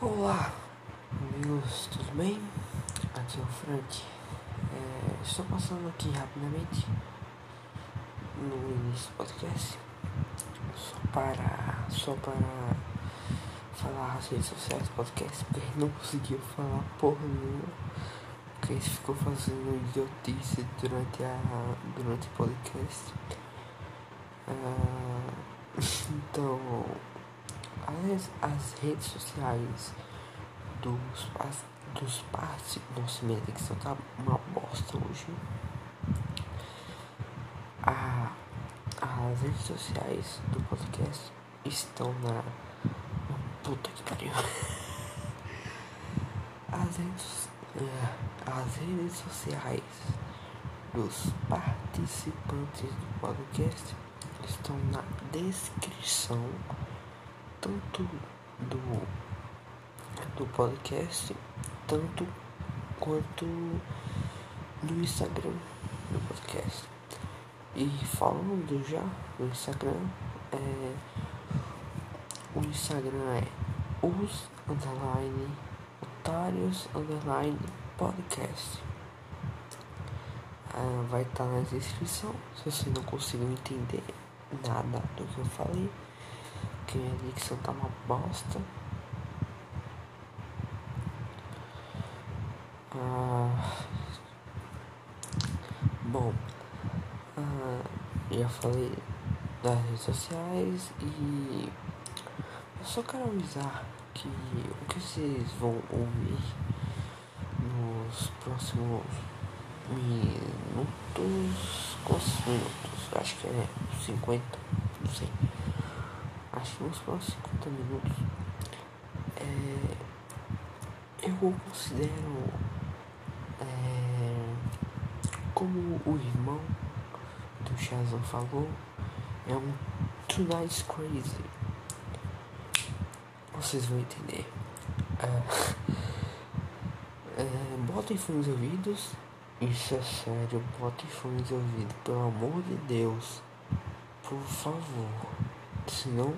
Olá, amigos, tudo bem? Aqui é o Frank. É, estou passando aqui rapidamente no início do podcast só para, só para falar as redes sociais do podcast, porque ele não conseguiu falar porra nenhuma, porque ele ficou fazendo idiotice durante, a, durante o podcast. Ah, então, as, as redes sociais dos, as, dos participantes. Nossa, minha dicção tá uma bosta hoje. A, as redes sociais do podcast estão na. Puta que pariu. As redes, é, as redes sociais dos participantes do podcast estão na descrição tanto do, do podcast, tanto quanto no Instagram do podcast. E falando já do Instagram, é, o Instagram é os underline otários underline podcast. Ah, vai estar na descrição, se você não conseguiu entender nada do que eu falei porque minha dicção tá uma bosta. Ah, bom, ah, já falei das redes sociais e eu só quero avisar que o que vocês vão ouvir nos próximos minutos, quantos minutos? Acho que é 50, não sei acho que nos próximos 50 minutos, é, eu considero é, como o irmão do Shazam falou, é um Tonight's Crazy. Vocês vão entender. É, é, botem fones ouvidos. Isso é sério, botem fones ouvidos, pelo amor de Deus. Por favor senão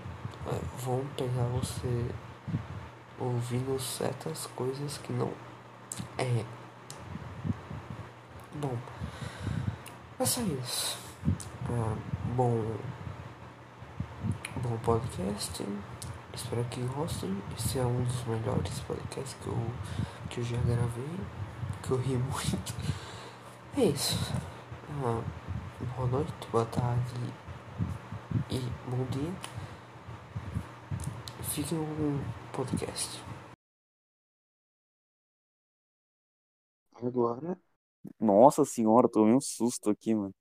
vão pegar você ouvindo certas coisas que não é bom é só isso ah, bom bom podcast espero que gostem esse é um dos melhores podcasts que eu que eu já gravei que eu ri muito é isso ah, boa noite boa tarde e bom dia. Fiquem no podcast. Agora. Nossa senhora, tomei um susto aqui, mano.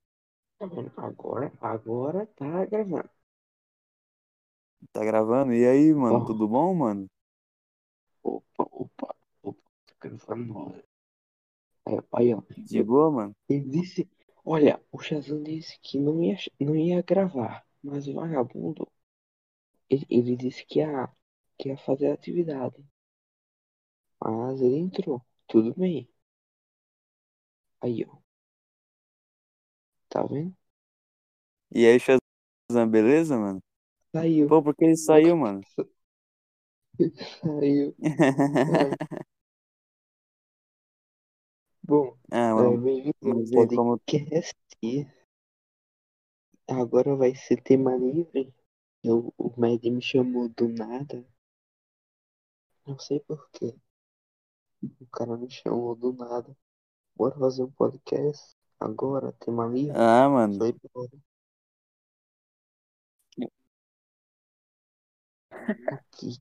Tá vendo? Agora, agora tá gravando. Tá gravando? E aí, mano, Bom. tudo bom, mano? Opa, opa, opa, tá gravando. É, aí, ó. De boa, mano? Ele disse, olha, o Shazam disse que não ia, não ia gravar, mas o vagabundo, ele, ele disse que ia, que ia fazer atividade. Mas ele entrou, tudo bem. Aí, ó. Tá vendo? E aí, Shazam, beleza, mano? Saiu, Pô, porque ele saiu, mano? saiu. Bom, ah, é, mano. bem-vindo ao Mas e aí, como. podcast. Agora vai ser tema livre. Eu, o Med me chamou do nada. Não sei porquê. O cara me chamou do nada. Bora fazer um podcast agora, tema livre. Ah, mano. Foi embora. Aqui.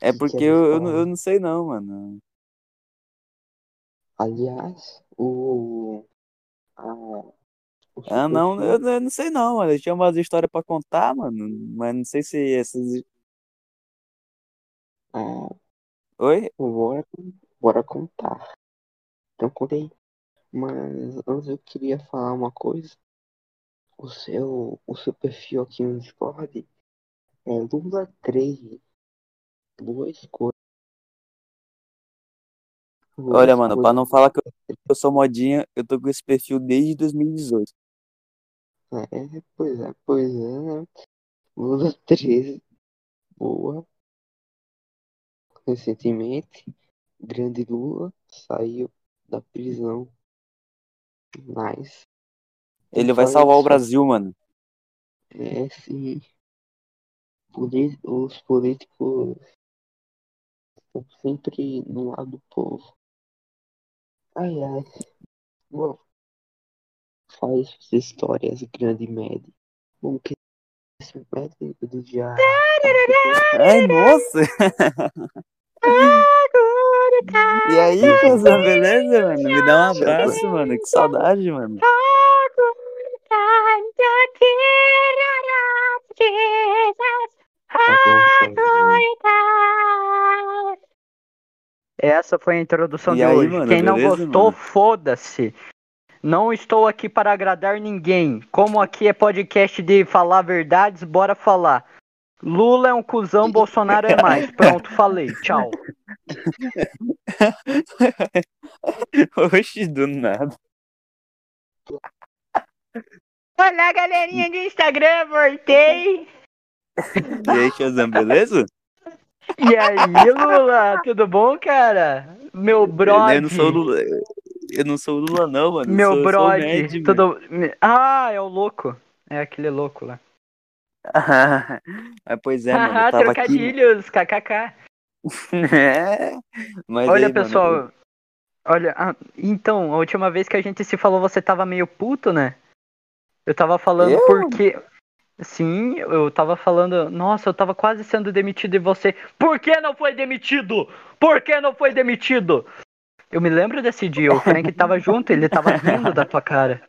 É que porque quer me eu, eu, falar? não- eu não sei, não, mano. Aliás, o. A, o Ah, não, Superfan- eu, eu não sei, não, mano. Eu tinha umas histórias pra contar, mano. Mas não sei se essas. Ah, Oi? tipo, bora, bora contar. Então contei. Mas antes eu queria falar uma coisa. O seu, o seu perfil aqui no Discord é Lula 3. Duas coisas. Olha, mano, pra não falar que eu, eu sou modinha, eu tô com esse perfil desde 2018. É, pois é, pois é. né? Lula 13. Boa. Recentemente, Grande Lula saiu da prisão. Nice. Ele vai salvar o Brasil, mano. É, sim. Poli- Os políticos estão sempre no lado do povo. Ai, ai. Bom, faz suas histórias, grande média. Bom, que esse médio do dia. Ai, nossa! E aí, pessoal, beleza, mano? Me dá um abraço, mano. Que saudade, mano. Essa foi a introdução E de aí, hoje. mano, Quem não beleza, gostou, mano? foda-se. Não estou aqui para agradar ninguém. Como aqui é podcast de falar verdades, bora falar. Lula é um cuzão, Bolsonaro é mais. Pronto, falei. Tchau. Oxi, do nada. Olá, galerinha do Instagram, voltei. E aí, Shazam, beleza? E aí, Lula, tudo bom, cara? Meu brother. Eu não sou o Lula. Eu não sou o Lula, não, mano. Eu Meu sou, né? brode, Eu sou o Mad, mano. tudo... Ah, é o louco. É aquele louco lá. Ah, pois é, mano. Haha, Eu tava aqui. trocadilhos, kkk. É. Mas Olha, aí, mano, pessoal. Olha, ah, então, a última vez que a gente se falou, você tava meio puto, né? Eu tava falando Eu? porque. Sim, eu tava falando. Nossa, eu tava quase sendo demitido e você. Por que não foi demitido? Por que não foi demitido? Eu me lembro desse dia, o Frank tava junto, ele tava rindo da tua cara.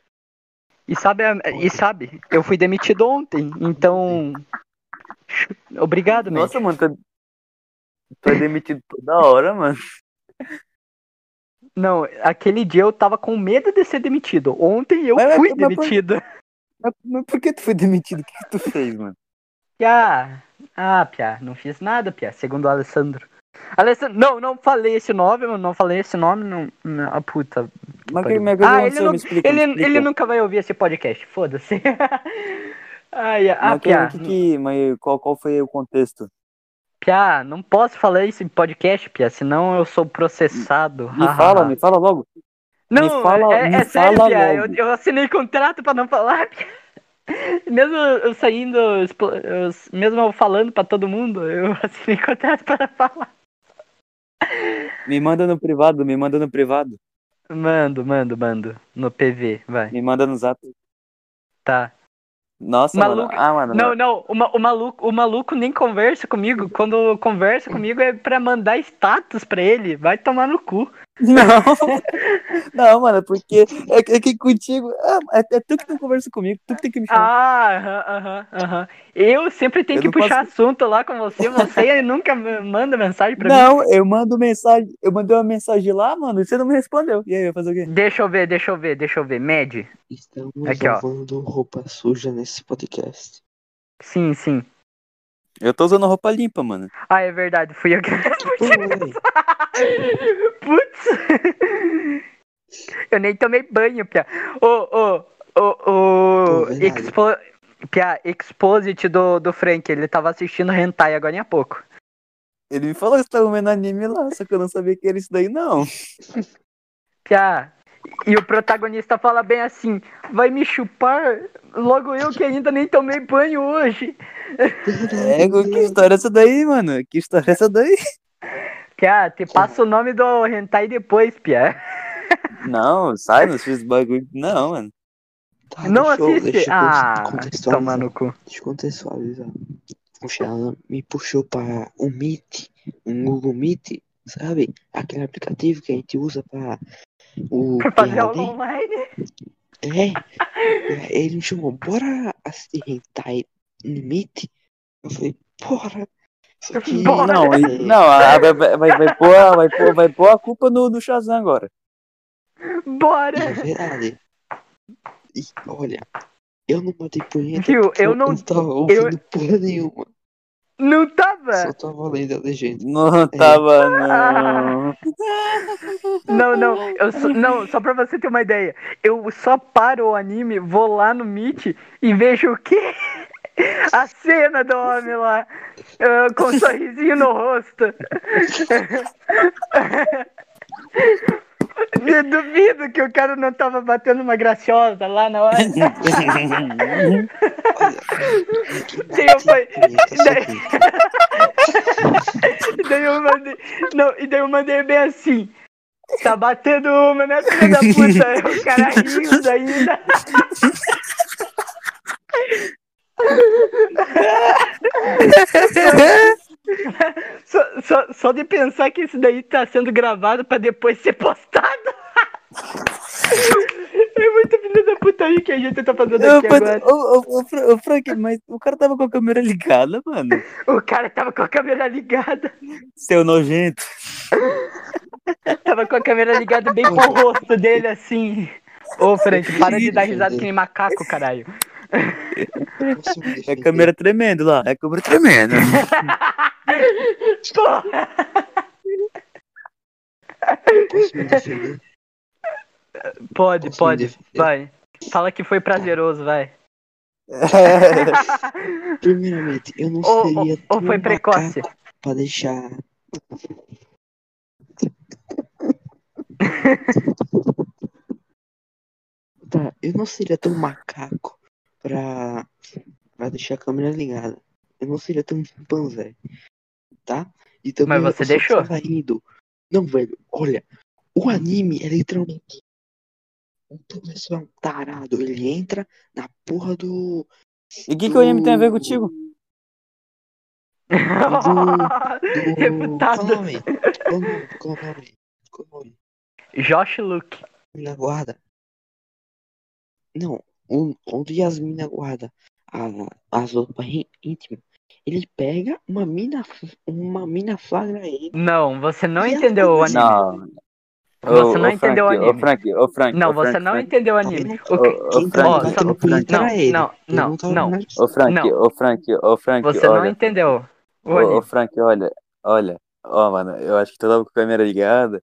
E sabe, a- e sabe, eu fui demitido ontem, então. Obrigado, meu. Nossa, mano, tu é, tu é demitido toda hora, mano. Não, aquele dia eu tava com medo de ser demitido. Ontem eu Mas, mas, fui mas, mas- demitido. Mas, mas por que tu foi demitido? O que, que tu fez, mano? Piá. Ah, Piá, não fiz nada, Piá, segundo o Alessandro. Alessandro, não, não falei esse nome, eu não falei esse nome, não, não a puta. Mas pariu. que minha coisa Ah, aconteceu, ele me explica. Ele, me explica. ele nunca vai ouvir esse podcast, foda-se. Ai, ah, Mas, que, Piá, que, que, mas qual, qual foi o contexto? Piá, não posso falar isso em podcast, Piá, senão eu sou processado. Me fala, me fala logo. Não, fala- é, me é sério, fala Pia. Eu, logo. eu assinei contrato pra não falar. Pia. Mesmo eu saindo, expl- eu s- mesmo eu falando pra todo mundo, eu assinei contrato pra não falar. Me manda no privado, me manda no privado. Mando, mando, mando. No PV, vai. Me manda no zap. Tá. Nossa, Maluco. mano. Ah, mano. Não, não, o, ma- o maluco, o maluco nem conversa comigo. Quando conversa comigo é pra mandar status pra ele. Vai tomar no cu. Não. Não, mano, porque é, que- é que contigo. ah, é, é tu que não conversa comigo, tu que tem que me chamar. Ah, aham, aham, aham. Eu sempre tenho Eu que não puxar assunto lá com você. Você nunca manda mensagem pra mim. não, eu mando mensagem. Eu mandei uma mensagem lá, mano, e você não me respondeu. E aí, vai fazer o quê? Deixa eu ver, deixa eu ver, deixa eu ver. Med? Estamos Aqui, ó. lavando roupa suja nesse podcast. Sim, sim. Eu tô usando roupa limpa, mano. Ah, é verdade, fui eu que. Ué, Putz! Eu nem tomei banho, Pia. Ô, ô, ô, ô. Pô, verdade. expo- Pia, Exposit do, do Frank, ele tava assistindo Hentai agora há pouco. Ele me falou que você tava vendo anime lá, só que eu não sabia que era isso daí, não. Pia, e o protagonista fala bem assim: vai me chupar? Logo eu que ainda nem tomei banho hoje. É, que história é essa daí, mano? Que história é essa daí? Pia, te passa o nome do Hentai depois, Pia. Não, sai, não fiz bagulho. Não, mano. tá, Não deixa eu- assiste. deixa eu Ah, contextualizar. toma no cu. descontextualizar. O Xalan me puxou para o Meet, um Google Meet, sabe? Aquele aplicativo que a gente usa para o Pra fazer aula PhD. online. É. Ele me chamou, bora assistir Hentai no Meet? Eu falei, bora. Só que... é, Bora. Não, e- não, a- a- vai, vai, vai, vai pôr, a- vai, pôr, vai pôr a culpa no, no Shazam agora. Bora! É verdade. E olha, eu não botei punheta. Viu? porque Eu É. não. não tava ouvindo porra nenhuma. Não Só tava! tava lendo a legenda. Não tava, não. Não, não. Eu só- não, só pra você ter uma ideia. Eu só paro o anime, vou lá no Meet e vejo o quê? A cena do homem lá, ah, com um sorrisinho no rosto. Me duvido que o cara não tava batendo uma graciosa lá na hora. Daí eu falei- né? daí- daí eu mandei. Não, e daí eu mandei bem assim. Tá batendo uma, né, filha da puta? Aí O cara rindo ainda. Só, só, só de pensar que isso daí tá sendo gravado pra depois ser postado. É muito filho da puta aí que a gente tá fazendo aqui agora. Ô, ô, ô, Fra- ô, Frank, mas o cara tava com a câmera ligada, mano. O cara tava com a câmera ligada. Seu nojento. Tava com a câmera ligada bem com o rosto dele, assim. Ô, Frank, para de dar risada que nem macaco, caralho. É a câmera tremendo lá. É a câmera tremendo. Porra! Posso me defender? Posso Pode, me pode. defender? Vai. Fala que foi prazeroso, vai. Primeiramente, eu não Ou, ou- seria ou foi tão precoce? é macaco pra deixar. tá, eu não seria tão macaco pra, pra deixar a câmera ligada. Eu não seria tão chimpanzé. Tá? E também Mas você eu só deixou. ficava rindo. Não, velho, olha. O anime é literalmente. O professor é um tarado. Ele entra na porra do. E o que, que o anime tem a ver contigo? Do... Reputado. Qual o nome? Qual o nome? Qual o nome? Qual o nome? Josh Luke. Yasmina guarda. Não, on- onde Yasmina guarda a, as roupas í- íntimas. Ele pega uma mina, f- uma mina flagra ele. Não, você não E a entendeu o anime. Não. Você não entendeu o anime. Ô, Frank, ô, Frank. Não, ô, Frank, você não Frank. entendeu o anime. Tá O- Ô, ô, Quem Frank, tava Ó, batendo ô, punheta Frank, Não, era ele. não, Ele tá né? não, tava não. nada disso. ô, Frank, Não. ô, Frank, ô, Frank, Você não olha. entendeu o Ô, ô, anime. Frank, olha, olha, ó, mano, eu acho que tu tava com a câmera ligada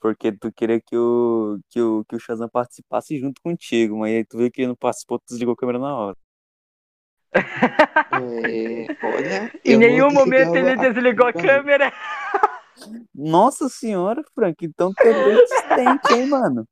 porque tu queria que o, que o, que o Shazam participasse junto contigo, mas aí tu viu que ele não participou, tu desligou a câmera na hora. É, olha, eu Em não nenhum momento ele desligava a- desligou a câmera. Nossa senhora, Frank, então tu é bem insistente, hein, mano?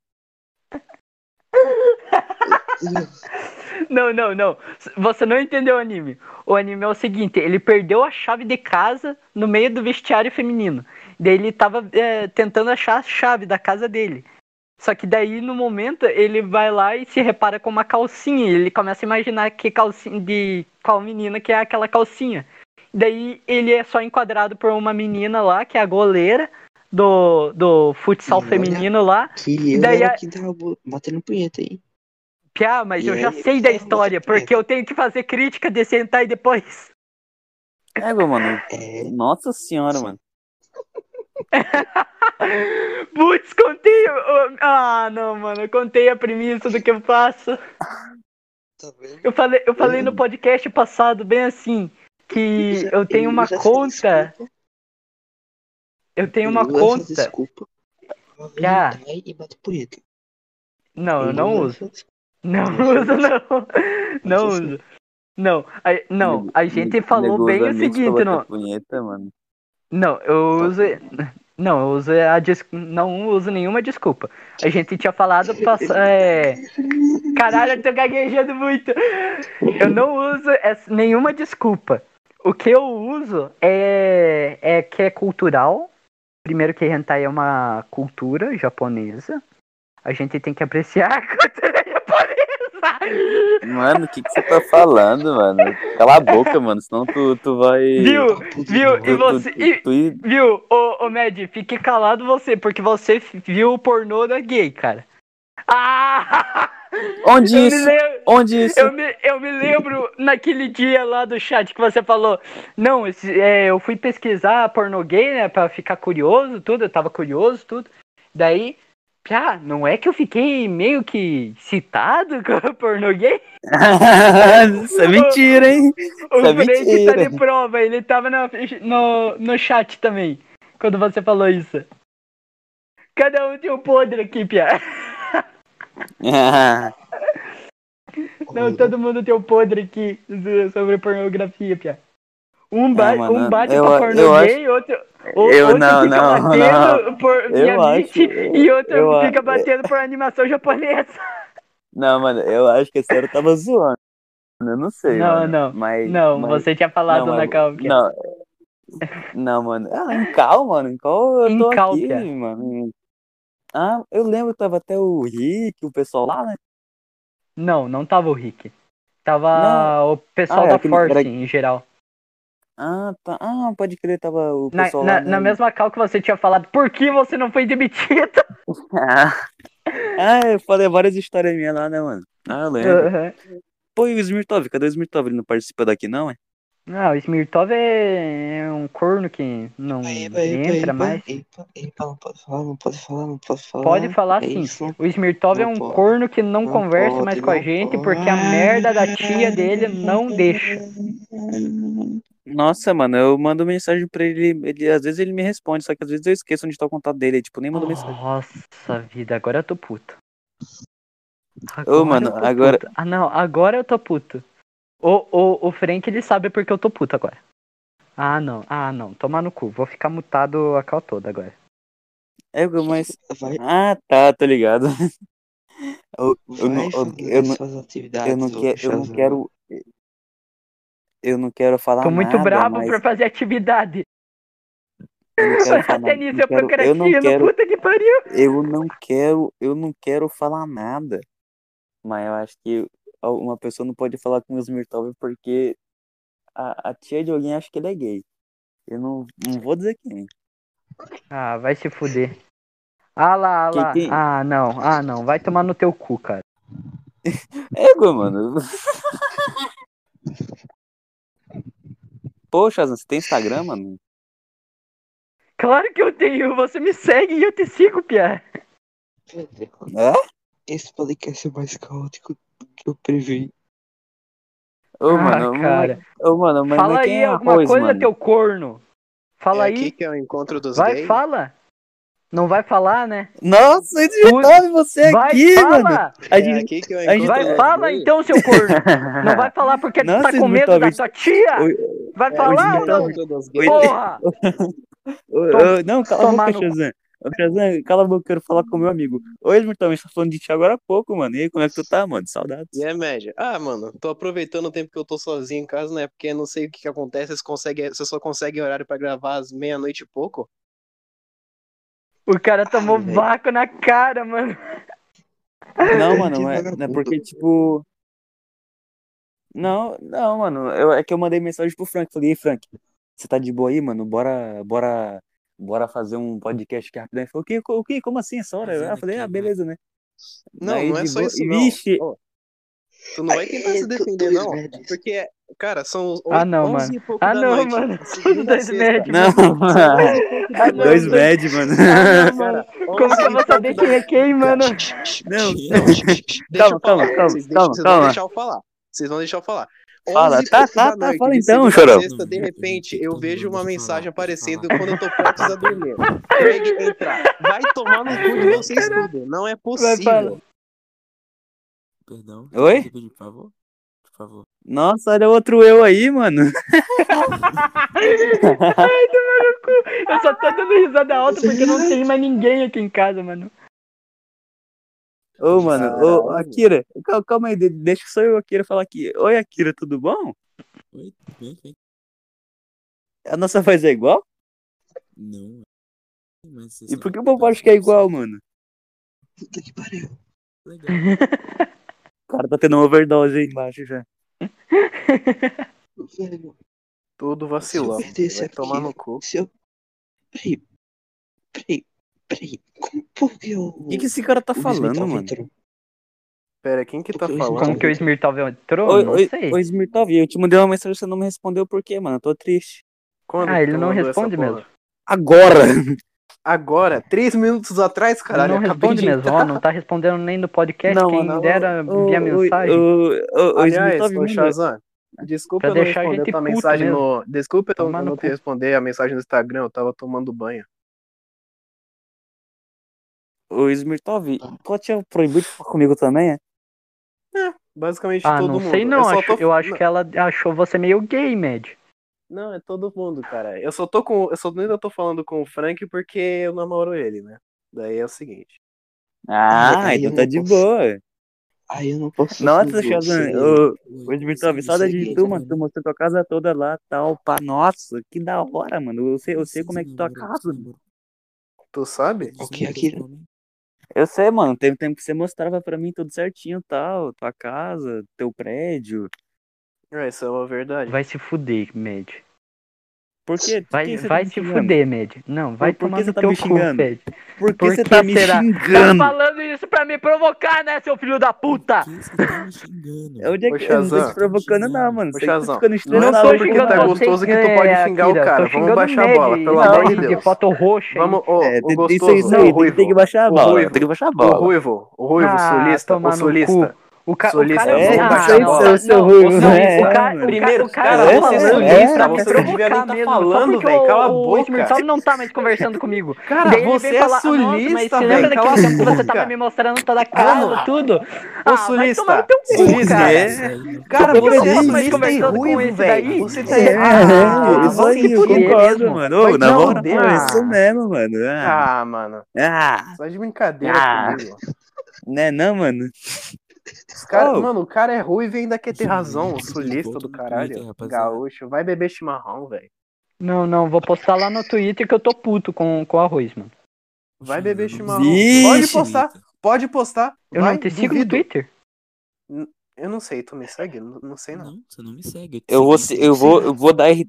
Não, não, não. Você não entendeu o anime. O anime é o seguinte: ele perdeu a chave de casa no meio do vestiário feminino. Daí ele tava é, tentando achar a chave da casa dele. Só que daí, no momento, ele vai lá e se repara com uma calcinha. e Ele começa a imaginar que calcinha de qual menina que é aquela calcinha. Daí ele é só enquadrado por uma menina lá, que é a goleira do, do futsal Olha. feminino lá. Que eu Daí era a- quem tava bo- batendo punheta aí. Piá, ah, mas E eu já aí, sei da você história, conhece. porque eu tenho que fazer crítica de sentar e depois. É, meu mano, É, nossa senhora, mano. Putz, contei. o- o- Ah, não, mano, eu contei a premissa do que eu faço. tá vendo? Eu falei, eu falei Uhum. no podcast passado, bem assim, que eu tenho uma conta. Eu tenho uma conta. Desculpa. Já. E bate punheta. Não, eu Ele não usa uso. essa desculpa. Não Uhum. Ele uso, usa não. Não Essa uso. Não, a, não, a gente falou bem o seguinte, não. Punheta, mano. Não, eu uso. Não, eu uso a des... não uso nenhuma desculpa. A gente tinha falado. pass- É... Caralho, eu tô gaguejando muito. Eu não uso essa- nenhuma desculpa. O que eu uso é, é que é cultural. Primeiro que hentai é uma cultura japonesa. A gente tem que apreciar a cultura japonesa. Mano, o que, que você tá falando, mano? Cala a boca, mano, senão tu, tu vai. Viu? Papo de Viu? E novo. você, e- Tu, tu, Viu, ô, ô Mad, fique calado você, porque você f- viu o pornô da gay, cara. Ah! Onde eu Me isso? lembro, Onde isso? eu, me, eu me lembro naquele dia lá do chat que você falou. Não, esse- é, eu fui pesquisar pornô gay, né? Pra ficar curioso, tudo. Eu tava curioso, tudo. Daí, ah, não é que eu fiquei meio que citado com o pornô gay? Isso é mentira, hein? O Isso é Frank tá de mentira. prova, ele tava na- no, no chat também, quando você falou isso. Cada um tem um podre aqui, Pia. Não, todo mundo tem o podre aqui zo- sobre pornografia, Pia. Um, ba Ah, mano, um bate eu pra a- porno eu gay, outro, o- eu outro não, fica não, batendo por Eu Miyamichi acho- e outro eu a- fica batendo por animação japonesa. Não, mano, eu acho que a senhora tava zoando. Eu não sei. Não, mano, não. Mas, Não, mas... você tinha falado né, Não, na eu- calma. Pia. Não. Não, mano. Ah, em Cal, mano. Em Cal eu Em tô Cal, é. aqui, Pia. mano. Ah, eu lembro que tava até o Rick, o pessoal lá, né? Não, não tava o Rick. Tava Não. o pessoal Ah, da aquele- Force era- em geral. Ah, tá. Ah, pode crer, tava o Na, pessoal na- lá. né? na mesma cal que você tinha falado, por que você não foi demitido? Ah, eu falei várias histórias minhas lá, né, mano? Ah, eu lembro. Aham. Pô, e o Smirtov? Cadê o Smirtov? Ele não participa daqui, não, é? Não, o Smirtov é é um corno que não Eba, eba, entra eba, mais. eba, eba, não pode falar, não pode falar, não pode falar. Pode falar É sim. isso, O Smirtov é Não um pode. corno que não, Não conversa pode, mais com a não gente pode. porque a merda da tia dele não deixa. Nossa, mano, eu mando mensagem pra ele, ele. Às vezes ele me responde, só que às vezes eu esqueço onde tá o contato dele. aí, Tipo, nem mando mensagem. Nossa vida, agora eu tô puto. Agora mano, eu tô agora- puto. Ah não, agora eu tô puto. O, o, o Frank ele sabe porque eu tô puto agora. Ah não, ah não, tomar no cu. Vou ficar mutado a cal toda agora. É, mas. Vai, Ah, tá, tô ligado. Eu, eu vai não, eu- fazendo eu não, suas eu atividades, não, ô que, eu não Shazam. quero. Eu não quero falar Tô muito Tá nada, bravo mas pra fazer atividade. eu não quero falar, Até nisso eu não quero, eu não procrastino, quero, puta que pariu. eu não quero, eu não quero falar nada. Mas eu acho que uma pessoa não pode falar com o Smirtov porque a, a tia de alguém acha que ele é gay. Eu não, não vou dizer quem. Ah, vai se fuder. Ah lá, ah Quem lá. tem- Ah não, ah não, vai tomar no teu cu, cara. Égua, mano. Poxa, você tem Instagram, mano? Claro que eu tenho, você me segue e eu te sigo, Pia. Meu Deus, É? Esse podcast é mais caótico do que eu previ. Ô, Ah, mano, mas- cara. ô, mano, mas Fala não é aí quem é alguma arroz, coisa, mano. teu corno. Fala é aí, aqui que é o encontro dos vai, gays. fala. Não vai falar, né? Nossa, Smirtov, você é vai, aqui, fala! mano. A É gente... aqui que é o a gente- tá- encontro Vai, dos fala gays. então, seu corno. Não vai falar porque tu Não, tá vocês com muito medo da talvez- sua tia. Vai É falar o ou não? encontro dos gays. Porra! Ô, Tom- ô, não, cala a tomar boca, no- Shazam. Ô, Shazam, cala a boca, eu quero falar com o meu amigo. Oi, Smirtov, a gente tá falando de ti agora há pouco, mano. E aí, como é que tu tá, mano? Saudades. E é média. Ah, mano, tô aproveitando o tempo que eu tô sozinho em casa, né? Porque não sei o que que acontece, vocês conseguem, vocês só conseguem horário pra gravar às meia-noite e pouco. O cara tomou velho. vácuo na cara, mano. Não, mano, Que mas, não é vagabundo. porque, tipo. Não, não, mano. eu- é que eu mandei mensagem pro Frank. Falei, ei, Frank, você tá de boa aí, mano? Bora, bora, bora fazer um podcast aqui rapidão. Ele falou, o quê? Co- O quê? Como assim essa hora? Eu falei, ah, beleza, né? Não, Aí não é de só boa- isso, não. Vixe, Ó, Tu não vai tentar se defender, não. Porque, cara, são os Ah, não, onze e pouco Ah, da não, noite. mano. Segunda Os dois a sexta. médicos. né?" não, Ah, não, dois dois- med, mano. Ah, não, mano. Cara, Como que eu vou saber quem é quem, mano? Não. Calma, calma, Deixa eu falar. calma, Vocês deixam- calma, vocês calma. vão deixar eu falar. Vocês vão deixar eu falar. Fala, 11 e tá, pouco tá, da tá, noite, fala de então, segunda a chorão. Sexta, de repente, eu vejo uma mensagem aparecendo quando eu tô prestes a dormir. Craig entrar. Vai tomar no cu de vocês tudo. Não é fala. possível. Perdão? Oi? Você pedir, por favor? Por favor. Nossa, olha outro eu aí, mano. Eu só tô dando risada alta porque não tem mais ninguém aqui em casa, mano. Ô, mano, ô, Akira, cal- calma aí, de- deixa só eu, Akira, falar aqui. Oi, Akira, tudo bom? Oi, tudo bem? Como é que- A nossa voz é igual? Não. Mas vocês E são- por que o povo acha que é igual, mano? Puta que pariu. Legal. O cara tá tendo uma overdose aí embaixo já. Velho, Tudo vacilão. Se eu perdesse Vai tomar aqui- no cu. se eu... Peraí, peraí, peraí. Como, por que eu... O que, que esse cara tá o falando, Smirnoff mano? entrou? Pera, quem que tá Como falando? Como que o Smirtov entrou? Oi, não oi, sei. oi, Smirtov, eu te mandei uma mensagem, você não me respondeu por quê, mano? Eu tô triste. Quando Ah, que ele tu não mandou responde essa porra? mesmo. Agora! Agora, três minutos atrás, caralho, ele não acabei responde de mesmo, ó, não tá respondendo nem no podcast, Não, quem não, dera enviar mensagem. Ô, ô, tá ô, Aliás, Smirtov, ô manda- Shazam, desculpa Pra eu não deixar a responder a gente tua puto mensagem mesmo. no. Desculpa eu Tomar não no ter cu. responder a mensagem no Instagram, eu tava tomando banho. tá ô, Smirtov, tua tia proibiu de falar comigo também, é? Basicamente Ah, todo não mundo. sei não. só acho- tô- Eu acho que ela achou você meio gay, Mad. Não, é todo mundo, cara. Eu só tô com. Eu só ainda tô falando com o Frank porque eu namoro ele, né? Daí é o seguinte. Ah, Aí eu então tá não de posso. boa. Aí eu não posso. Nossa, fazer, Shazam, você- assim, ô, ô, tá Oi, Dmitry, saudade isso- isso é de gay tá tu, mano. também, Tu né? mostrou tua casa toda lá, tal, pá. Nossa, que da hora, mano. Eu sei, eu sei como é que tua Namoro, casa. namoro, Tu sabe? namoro, que, Akira? namoro, Eu sei, mano. Teve tempo que você mostrava pra mim tudo certinho, tal. Tua casa, teu prédio. É, isso é uma verdade. Vai se fuder, Mad. Por quê? Por Vai, que você vai tá me se xingando? fuder, Mad. Não, vai Por- por que tomar você no tá teu me cu, xingando? Mad. Por que Por você que tá me será? Tá xingando? falando isso pra me provocar, né, seu filho da puta? Por que você tá me xingando? É onde é Ô, que eu não tô Shazam. te provocando, não, mano. Ô, Sei que tu Shazam. ficando Não estressado sou porque tá xingando tá gostoso. você, gostoso que tu é, pode xingar o Akira. cara. Tô Vamos xingando o baixar a Ned, bola, pelo esse amor de negócio Deus. foto roxa. aí. Vamos, ô, É, tem, o tem, isso gostoso, aí, isso não, aí, o ruivo. tem que baixar a O bola. ruivo. Tem que baixar a O bola. ruivo, o ruivo Ah, sulista, tomar o no sulista. O, ca o Solista, é, cara vamos ah, baixar a não, bola. não, Seu- seu não, ruim, não, né? o cara- o cara- o Primeiro, cara, cara é, falando vocês é, sulista, é, me vocês provocar devia nem tá mesmo, falando, só porque velho, o- cala a o boca. Smirnoff não tá mais conversando comigo. Cara, Daí ele você vem é falar, "Ah, nossa, mas sulista, você lembra velho. Cala daquele tempo que a você tá tava boca. me mostrando toda a casa, Vamos. tudo? Ah, vai sulista. tomar no teu cu, Sulista. é? cara. Isso aí, né? Por Cara, que eu você é tô mais sulista e conversando com ruivo, esse velho. daí? Você tá É, errado. é, isso ah, Vai se aí, eu fuder concordo, mesmo. mano. Ô, Vai na te moral, fuder. é isso mesmo, mano. Ah, Ah, mano. ah, Só de brincadeira Ah. comigo. né não, mano? Os cara, Oh. Mano, o cara é ruivo e ainda quer ter Sim, razão. mano. Sulista Volta do no Twitter, caralho. rapaziada. Gaúcho. Vai beber chimarrão, velho. Não, não, vou postar lá no Twitter que eu tô puto com, com o arroz, mano. Vai beber chimarrão. Vixe. Pode postar. Pode postar. Eu vai, não te sigo no duvido. Twitter? Eu não sei, tu me segue? Não, não sei não. Não, você não me segue. te Eu vou, segui, se- te eu vou, sigo. né? eu vou dar. R-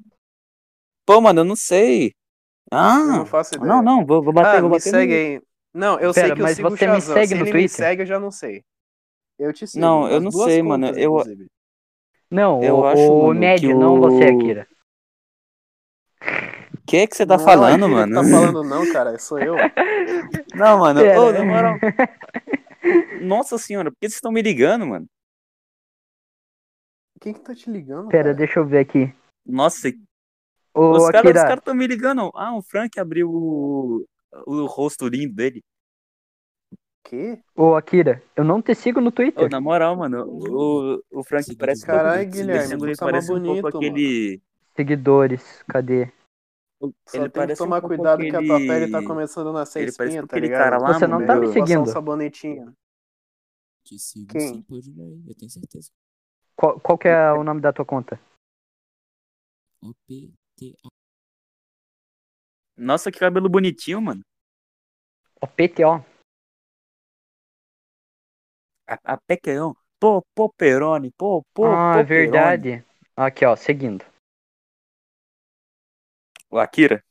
Pô, mano, eu não sei. Eu não Ah, faço ideia. não, não, vou, vou bater, ah, vou me bater. no- segue aí. Não, eu sei Pera, que eu mas sigo o você me Shazam. segue Se no ele me Twitter? segue, eu já não sei. Eu te sigo. Não, eu nas não duas sei, mano, eu- inclusive. Não, Eu o, acho, o mano, Ned, que não o- você, Akira. Que que você tá Não é o falando, Akira que mano? Tá falando não, cara, sou eu. Não, mano, Pera. ô, na moral. Nossa senhora, por que vocês estão me ligando, mano? Quem que tá te ligando? Pera, cara? deixa eu ver aqui. Nossa, Ô, os caras Akira, estão me ligando. Ah, o Frank abriu o, o rosto lindo dele. Que? ô, Akira, eu não te sigo no Ô, Twitter. na moral, mano, o, o Frank Seguido. parece. um pouco- Caralho, Esse Guilherme, esse tu guri tá mais parece um bonito, pouco aquele. Seguidores, cadê? Só Ele tem que parece tomar um pouco cuidado que a tua aquele- pele tá começando a nascer Ele parece espinha, com tá aquele ligado? cara lá, Você não mano. tá me do- seguindo. Passar um sabonetinho. Te sigo, Quem? sim, pode ir aí, eu tenho certeza. Qual, qual que é o nome da tua conta? OPTA. Nossa, que cabelo bonitinho, mano. É O PTO. A, a Pequeon. Pô, pô, Peroni. Pô, pô, ah, pô, é verdade. Aqui, ó, seguindo. Peroni. Ô, Akira,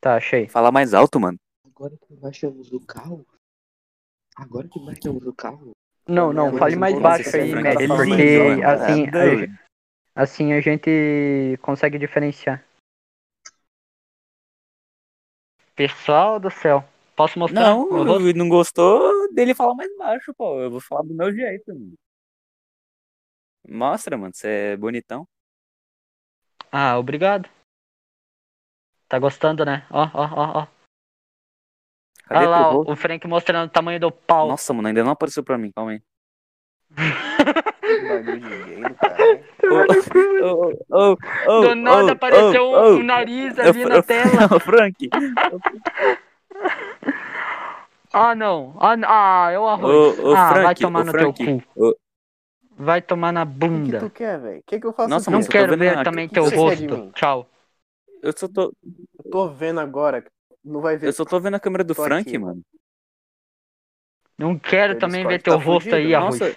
Tá, achei. fala mais alto, mano. Agora que baixamos o carro. Agora que baixamos o carro. Não, não, Mas fale eu mais vou baixo dizer aí, pra Mad, ele, porque mano, assim, tá doido. a, gen- assim a gente consegue diferenciar. Pessoal do céu. Posso mostrar? Não, Eu vou- não gostou dele falar mais baixo, pô. Eu vou falar do meu jeito, mano. Mostra, mano, você é bonitão. Ah, obrigado. Tá gostando, né? Ó, ó, ó, ó. Cadê Olha lá, teu ó, rosto? o Frank mostrando o tamanho do pau. Nossa, mano, ainda não apareceu pra mim, calma aí. Bagulho de gay do caralho. Ô, ô, ô, ô, Tá do nada ô, apareceu ô, um, ô. um nariz Eu- ali na eu- tela. Tá Ô, Frank, Ah, não. Ah, n- ah é o arroz. Ô, ô, ah, vai Frank, tomar ô, no Frank, teu cu. ô. Vai tomar na O que, que bunda. tu quer, velho? O que, que eu faço Nossa, aqui? Não Mas eu tô quero vendo ver na- também que teu que você quer de rosto. mim? Tchau. eu só tô, Eu tô vendo agora. Não vai ver. eu só tô vendo a câmera do Tô Frank, aqui. mano. Não quero Teu também Discord ver teu tá rosto fudido. aí, arroz. Nossa,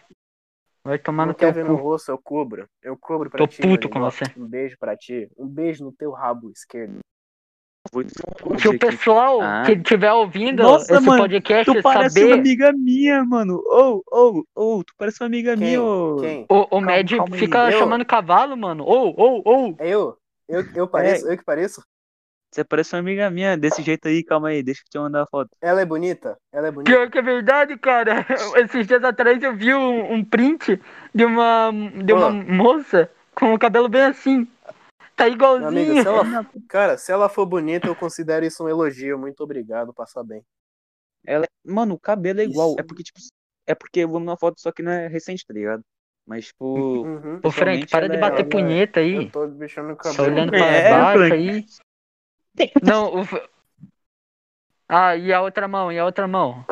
Vai tomar Não no teu quer ver meu cu. rosto? Eu cubro. Eu cubro pra Tô ti. puto meu com animal. você. Um beijo pra ti. Um beijo no teu rabo esquerdo. vou Se o pessoal Ah. que estiver ouvindo Nossa, esse mano, podcast Tu parece uma saber, amiga minha, mano. Ou, ou, ou, tu parece uma amiga Quem? minha, ô. Quem? o, o Mad calma aí. fica Eu? chamando cavalo, mano. Ou, ou, ou. É eu? Eu, eu pareço? Eu que pareço? Você parece uma amiga minha, desse jeito aí, calma aí, deixa eu te mandar a foto. Ela é bonita? Ela é bonita? Pior que é verdade, cara. Esses dias atrás eu vi um, um print de uma, de uma Ah. moça com o cabelo bem assim. Tá Meu amigo, igualzinho. se ela, cara, se ela for bonita, eu considero isso um elogio. Muito obrigado, passa bem. Ela, mano, o cabelo é Isso. igual. É porque, tipo, É porque eu vou numa foto, só que não é recente, tá ligado? Mas, tipo. Uhum. Ô, Frank, pessoalmente, para de ela é- bater punheta aí. Eu tô deixando o Tá olhando cabelo. pra É, baixo Frank. aí. Não, o... F- Ah, e a outra mão, e a outra mão.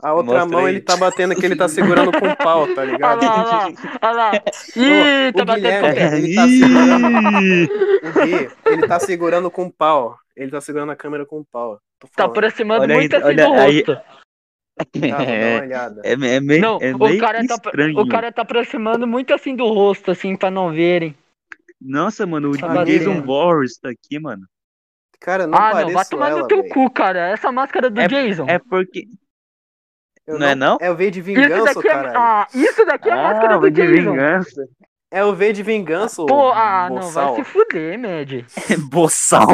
A outra Mostra mão aí. ele tá batendo que ele tá segurando com o pau, tá Olha ligado? lá, olha lá, olha Ah lá. Ih, tá o batendo com o Guilherme, pé. ele tá segurando. o Gui, ele tá segurando com o pau. Ele tá segurando a câmera com o pau. Tô Tá falando. aproximando Olha aí, muito assim olha do aí. rosto. Tá, vou dar uma é, olhada. é, me- é meio, então Não, é meio o cara, tá, estranho. o cara tá aproximando muito assim do rosto, assim, pra não verem. Nossa, mano, o Tá Jason batendo. Boris tá aqui, mano. Cara, não ah, não, pareço vai tomar ela, no teu velho. cu, cara. Essa máscara do Jason. É porque. Eu Não é não? É o V de isso vingança, daqui é, caralho. ah, isso daqui é a máscara do vou de Jason. vingança. É o V de vingança, ô Pô, ah, não, vai boçal. se fuder, Med. É, Boçal.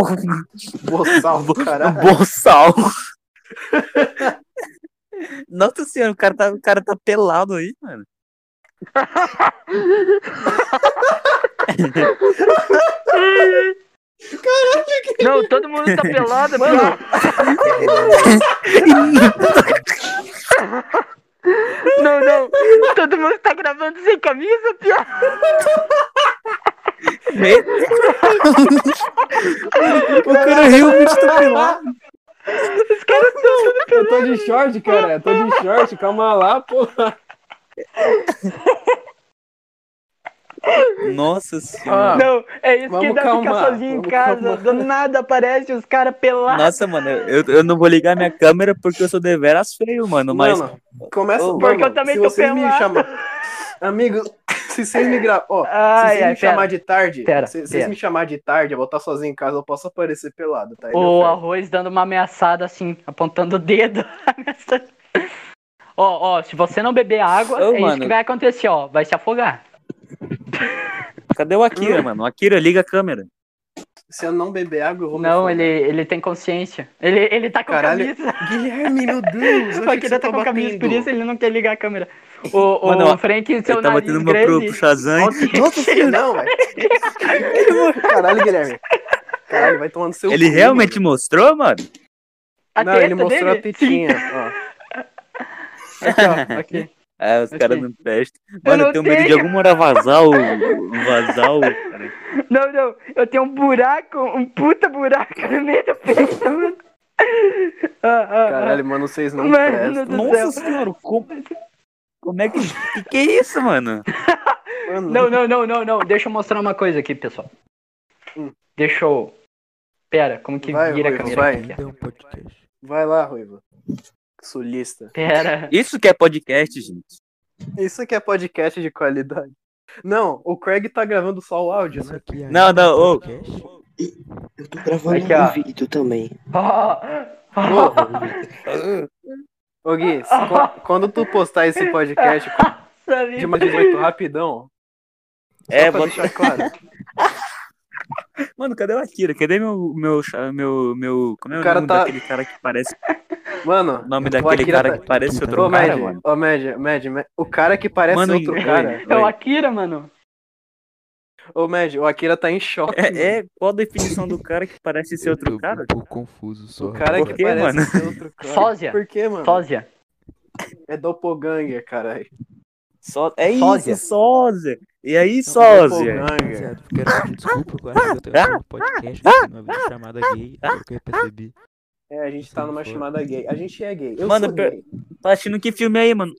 Boçal do caralho. Boçal. Nossa senhora, o cara, tá, o cara tá pelado aí, mano. Não, todo mundo tá pelado, mano. Não, não. Todo mundo tá gravando sem camisa, piá. o cara realmente tá pelado. Eu tô de short, cara. Eu tô de short, calma lá, pô. Nossa senhora. Não, é isso Vamos que dá calmar, ficar sozinho em vamos casa. calmar. Do nada aparece os caras pelados. Nossa, mano, eu, eu não vou ligar minha câmera porque eu sou deveras feio, mano. Mas Mano, começa. Ô, porque mano, eu também se tô vocês me pelado. chamam. Amigos, se vocês me gravam. Ó, se Ai, vocês ai, me chamar pera. de tarde, Pera, se se pera. vocês me chamar de tarde, eu vou estar sozinho em casa, eu posso aparecer pelado, tá? Ele O é arroz dando uma ameaçada assim, apontando o dedo. ameaçando. Ó, ó, se você não beber água, Ô, é isso mano. que vai acontecer, ó. Vai se afogar. cadê o Akira, mano? O Akira, liga a câmera. Se eu não beber água, eu vou me Não, foder. ele, ele tem consciência. Ele, ele tá com Caralho, camisa. Guilherme, meu Deus! eu Vai achei querer que você tá com tava camisa, por batendo. isso ele não quer ligar a câmera. O, o Mano, ó, Frank, seu eu tava nariz tendo uma pro, grande. pro Shazam. Nossa senhora. Não, velho. Caralho, Guilherme. Caralho, vai tomando seu Ele cu, realmente mostrou, mano? A mano. Não, testa ele mostrou dele? a tetinha. Sim. Aqui, ó. Aqui. Ah, os Ok. caras não prestam. Eu Mano, não eu tenho medo de tenho. alguma hora vazar o. Vazar o. cara. Não, não. Eu tenho um buraco, um puta buraco no meio do peito. mano. Ah, ah, ó. ah. Caralho, mano, vocês não Mano prestam. do Nossa céu. senhora, como. Como é que. Que que é isso, mano? Mano, Não, não, não, não, não. Deixa eu mostrar uma coisa aqui, pessoal. Hum. Deixa eu. Pera, como que Vai, vira a Ruivo, câmera? vai. aqui? Deu um podcast. Vai lá, Ruiva. Sulista. Pera. Isso que é podcast, gente. Isso aqui é podcast de qualidade. Não, o Craig tá gravando só o áudio, Isso né? aqui Não, ainda é não, ô. podcast? Eu tô gravando Aqui, um ó. vídeo também. Ó, ó. Ô, Ô Gui, se- qu- quando tu postar esse podcast Sabe? de mais 18 rapidão, É, pra bota... deixar claro. Mano, cadê o Akira? Cadê meu. meu. cha- meu. meu... Como é o, O cara nome tá- daquele cara que parece. Mano, O nome o daquele Akira cara tá- que parece outro Ô, cara, Mad, mano. ô, Mad, Mad, Mad, o cara que parece Mano, outro oi, cara. oi. É o Akira, mano. Ô, Mad, o Akira tá em choque. É, é, qual a definição do cara que parece ser outro Eu tô cara? um pouco confuso só. O cara Por que quê, parece mano? ser outro cara. Sósia. Por quê, mano? Sósia. É doppelganger, caralho. Só... É Sósia. isso, sósia. E aí, sósia? Doppelganger. Rapaziada, quero pedir desculpa, eu acho que eu tenho um podcast, eu tenho uma vez chamada gay, agora que eu percebi. É, a gente tá numa chamada gay. A gente é gay. Eu Mano, sou per- gay. Tá assistindo que filme aí, mano?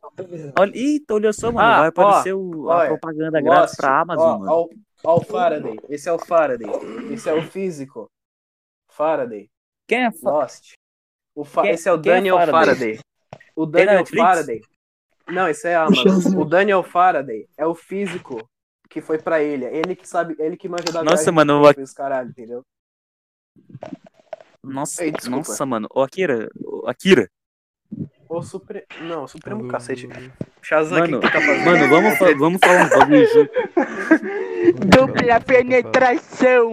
Olha, eita, olha só, mano. Tá Ah, vai ó, aparecer o- a olha, propaganda grátis Lost, pra Amazon, ó, mano. ó, ó o Faraday. Esse é o Faraday. Esse é o físico. Faraday. Quem é fa- Lost. O fa- Quem- Esse é o quem é Daniel Faraday? Faraday. O Tem na Daniel Netflix? Faraday. Não, esse é a Amazon. O Daniel Faraday é o físico que foi pra ilha. Ele que sabe, ele que manja da Nossa, viagem mano, que o... fez caralho, entendeu? Nossa, Ei, desculpa. nossa, mano. O Akira, o Akira. O Supremo. Não, o Supremo Alô, cacete. alô, Shazam, o que Mano, que tá fazendo? mano, vamos, fa- vamos falar um bagulho junto. alô. Dupla penetração.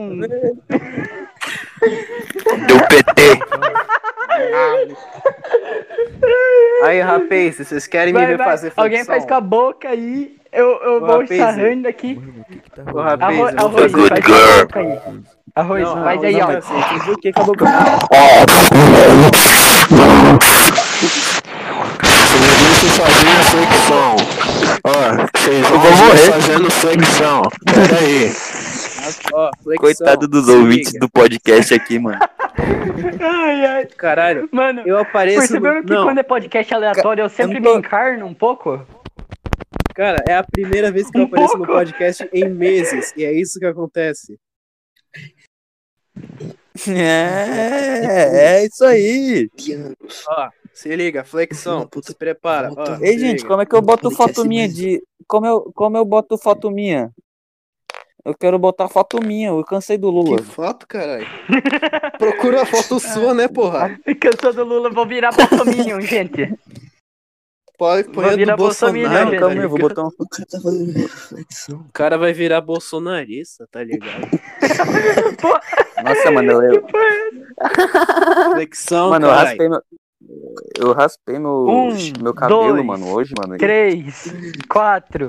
Aí, rapaz, vocês querem me Vai, ver vai. fazer flexão? Alguém faz com a boca aí. Eu, eu Ô, vou rapaz, sarrando aqui. Um Mano, o que que tá rapaz, rolando? Arroz, eu vou arroz, fazer- faz com a boca aí. Arroz, Não, faz não, aí, não, assim, ó. cacete. Fazer o quê? Acabou com Eu não sei fazer. secção. Ó, vocês vou vão ver morrer. fazendo secção. Pera aí. Ó, flexão. Coitado dos Se ouvintes liga. do podcast aqui, mano. Ai, ai. Caralho, Mano, eu apareço. no- perceberam que Não, quando é podcast aleatório eu sempre eu não tô- me encarno um pouco? cara, é a primeira vez que eu Um apareço no pouco. podcast em meses. E é isso que acontece. É, é isso aí. Dianos. Ó, se liga, flexão. Puta, se prepara. Ó, puta. Ei, se gente, liga. como é que eu boto foto Podcast minha mesmo. de. Como eu, como eu boto foto minha? Eu quero botar foto minha, eu cansei do é Lula. Que foto, caralho. Procura a foto sua, né, porra? Cansou do Lula, vou virar Bolsominion, gente. Pode Vou põe a do virar Bolsonaro. Bolsonaro, tá calma aí, ligado? eu vou botar um. O cara tá fazendo reflexão. O cara vai virar bolsonarista, tá ligado? Nossa, mano, eu, Flexão, mano, eu caralho. raspei meu. Eu raspei meu, Um, meu cabelo, dois, mano, hoje, mano. 3, 4,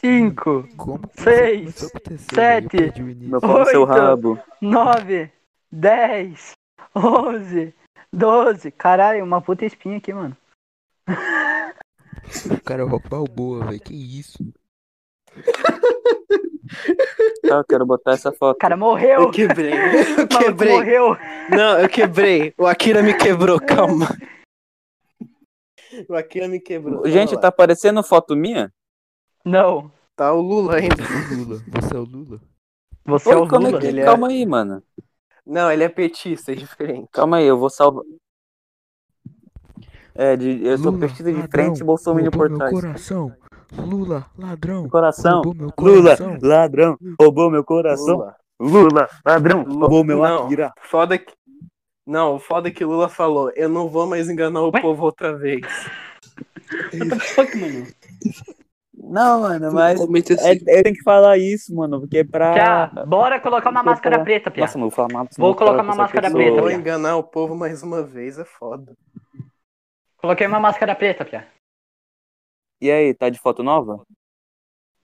5, Como que isso Seis, começou a acontecer, velho? Eu sete, perdi o início. Meu pau no seu Oito. rabo. 9, 10, 11, 12. Caralho, uma puta espinha aqui, mano. O cara é o Rock Balboa, velho. Que isso? Tá, eu quero botar essa foto. O cara morreu. Eu quebrei. Eu O maluco quebrei. morreu. Não, eu quebrei. O Akira me quebrou, calma. O Akira me quebrou. Gente, Olha lá. tá aparecendo foto minha? Não, Tá o Lula ainda. O Lula. Você é o Lula? você é Oi, o como é Lula. que- ele é- Calma aí, mano. Não, ele é petista, é diferente. Calma aí, eu vou salvar. É, de- eu sou Lula, pesquisa de ladrão, frente e Bolsonaro roubou meu portais. coração. Lula, ladrão. Coração. Roubou meu Lula, coração. ladrão, roubou meu coração. Lula. Lula, ladrão, Lula, roubou meu não. Akira. Foda que. Não, o foda é que Lula falou. Eu não vou mais enganar o Ué? povo outra vez. What the fuck, mano? Não, mano, mas Totalmente é, assim. eu tenho que falar isso, mano, porque é pra. Tá, bora colocar uma Vou máscara falar. preta, Pia. Nossa, mano, vou falar mal, senão Vou o cara colocar uma vai pensar que eu máscara sou- Eu preta, vou viado. enganar o povo mais uma vez, é foda. Coloquei uma máscara preta, Pia. E aí, tá de foto nova?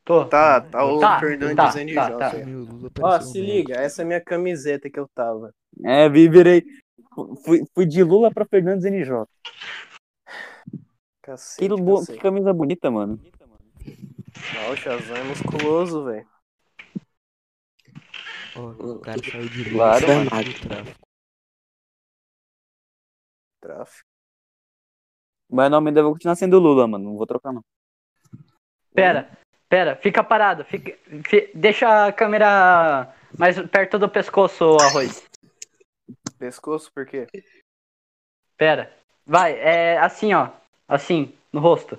Tô. Tá, tá o Tá, Fernandes tá, NJ. tá, tá. velho. Meu, o Lula Ó, apareceu um se mesmo. liga, essa é a minha camiseta que eu tava. É, vi, virei. Fui, fui de Lula pra Fernandes NJ. Que, Tá Cacete, lu- que cacete. camisa bonita, mano. Ó, o Shazam é musculoso, velho. Ó, o cara saiu de tá Lula. Claro, saiu mano. do tráfico. Tráfico. Mas não, ainda vou continuar sendo Lula, mano. Não vou trocar, não. Pera, pera, fica parado. Fica, fi- deixa a câmera mais perto do pescoço, ô Arroz. Pescoço, por quê? Pera. Vai, é assim, ó. Assim, no rosto.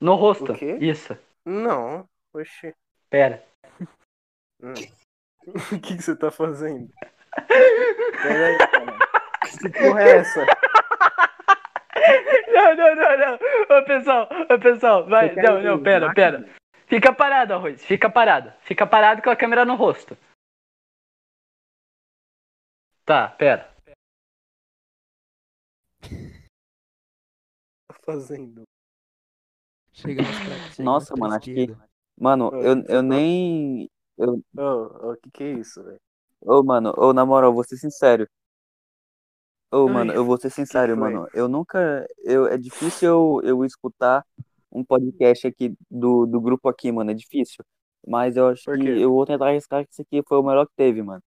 No rosto. O quê? Isso. Não, oxi. Pera. Hum. O que, que você tá fazendo? Peraí, cara. Que porra é essa? Não, não, não, não. Ô, pessoal, ô, pessoal, vai. Não, não, pera, pera. Fica parado, Arroz. Fica parado. Fica parado com a câmera no rosto. Tá, pera. Tá fazendo. Chega mais pra- chega Nossa, mais pra mano, acho que- esquerda. Mano, Ô, eu, você eu tá- nem. Ô, ô, o que que é isso, velho? Ô, mano, ô, na moral, vou ser sincero. Ô, Ai, mano, eu vou ser sincero, foi? mano. Eu nunca. Eu, é difícil eu, eu escutar um podcast aqui do, do grupo aqui, mano. É difícil. Mas eu acho Por que quê? eu vou tentar arriscar que isso aqui foi o melhor que teve, mano.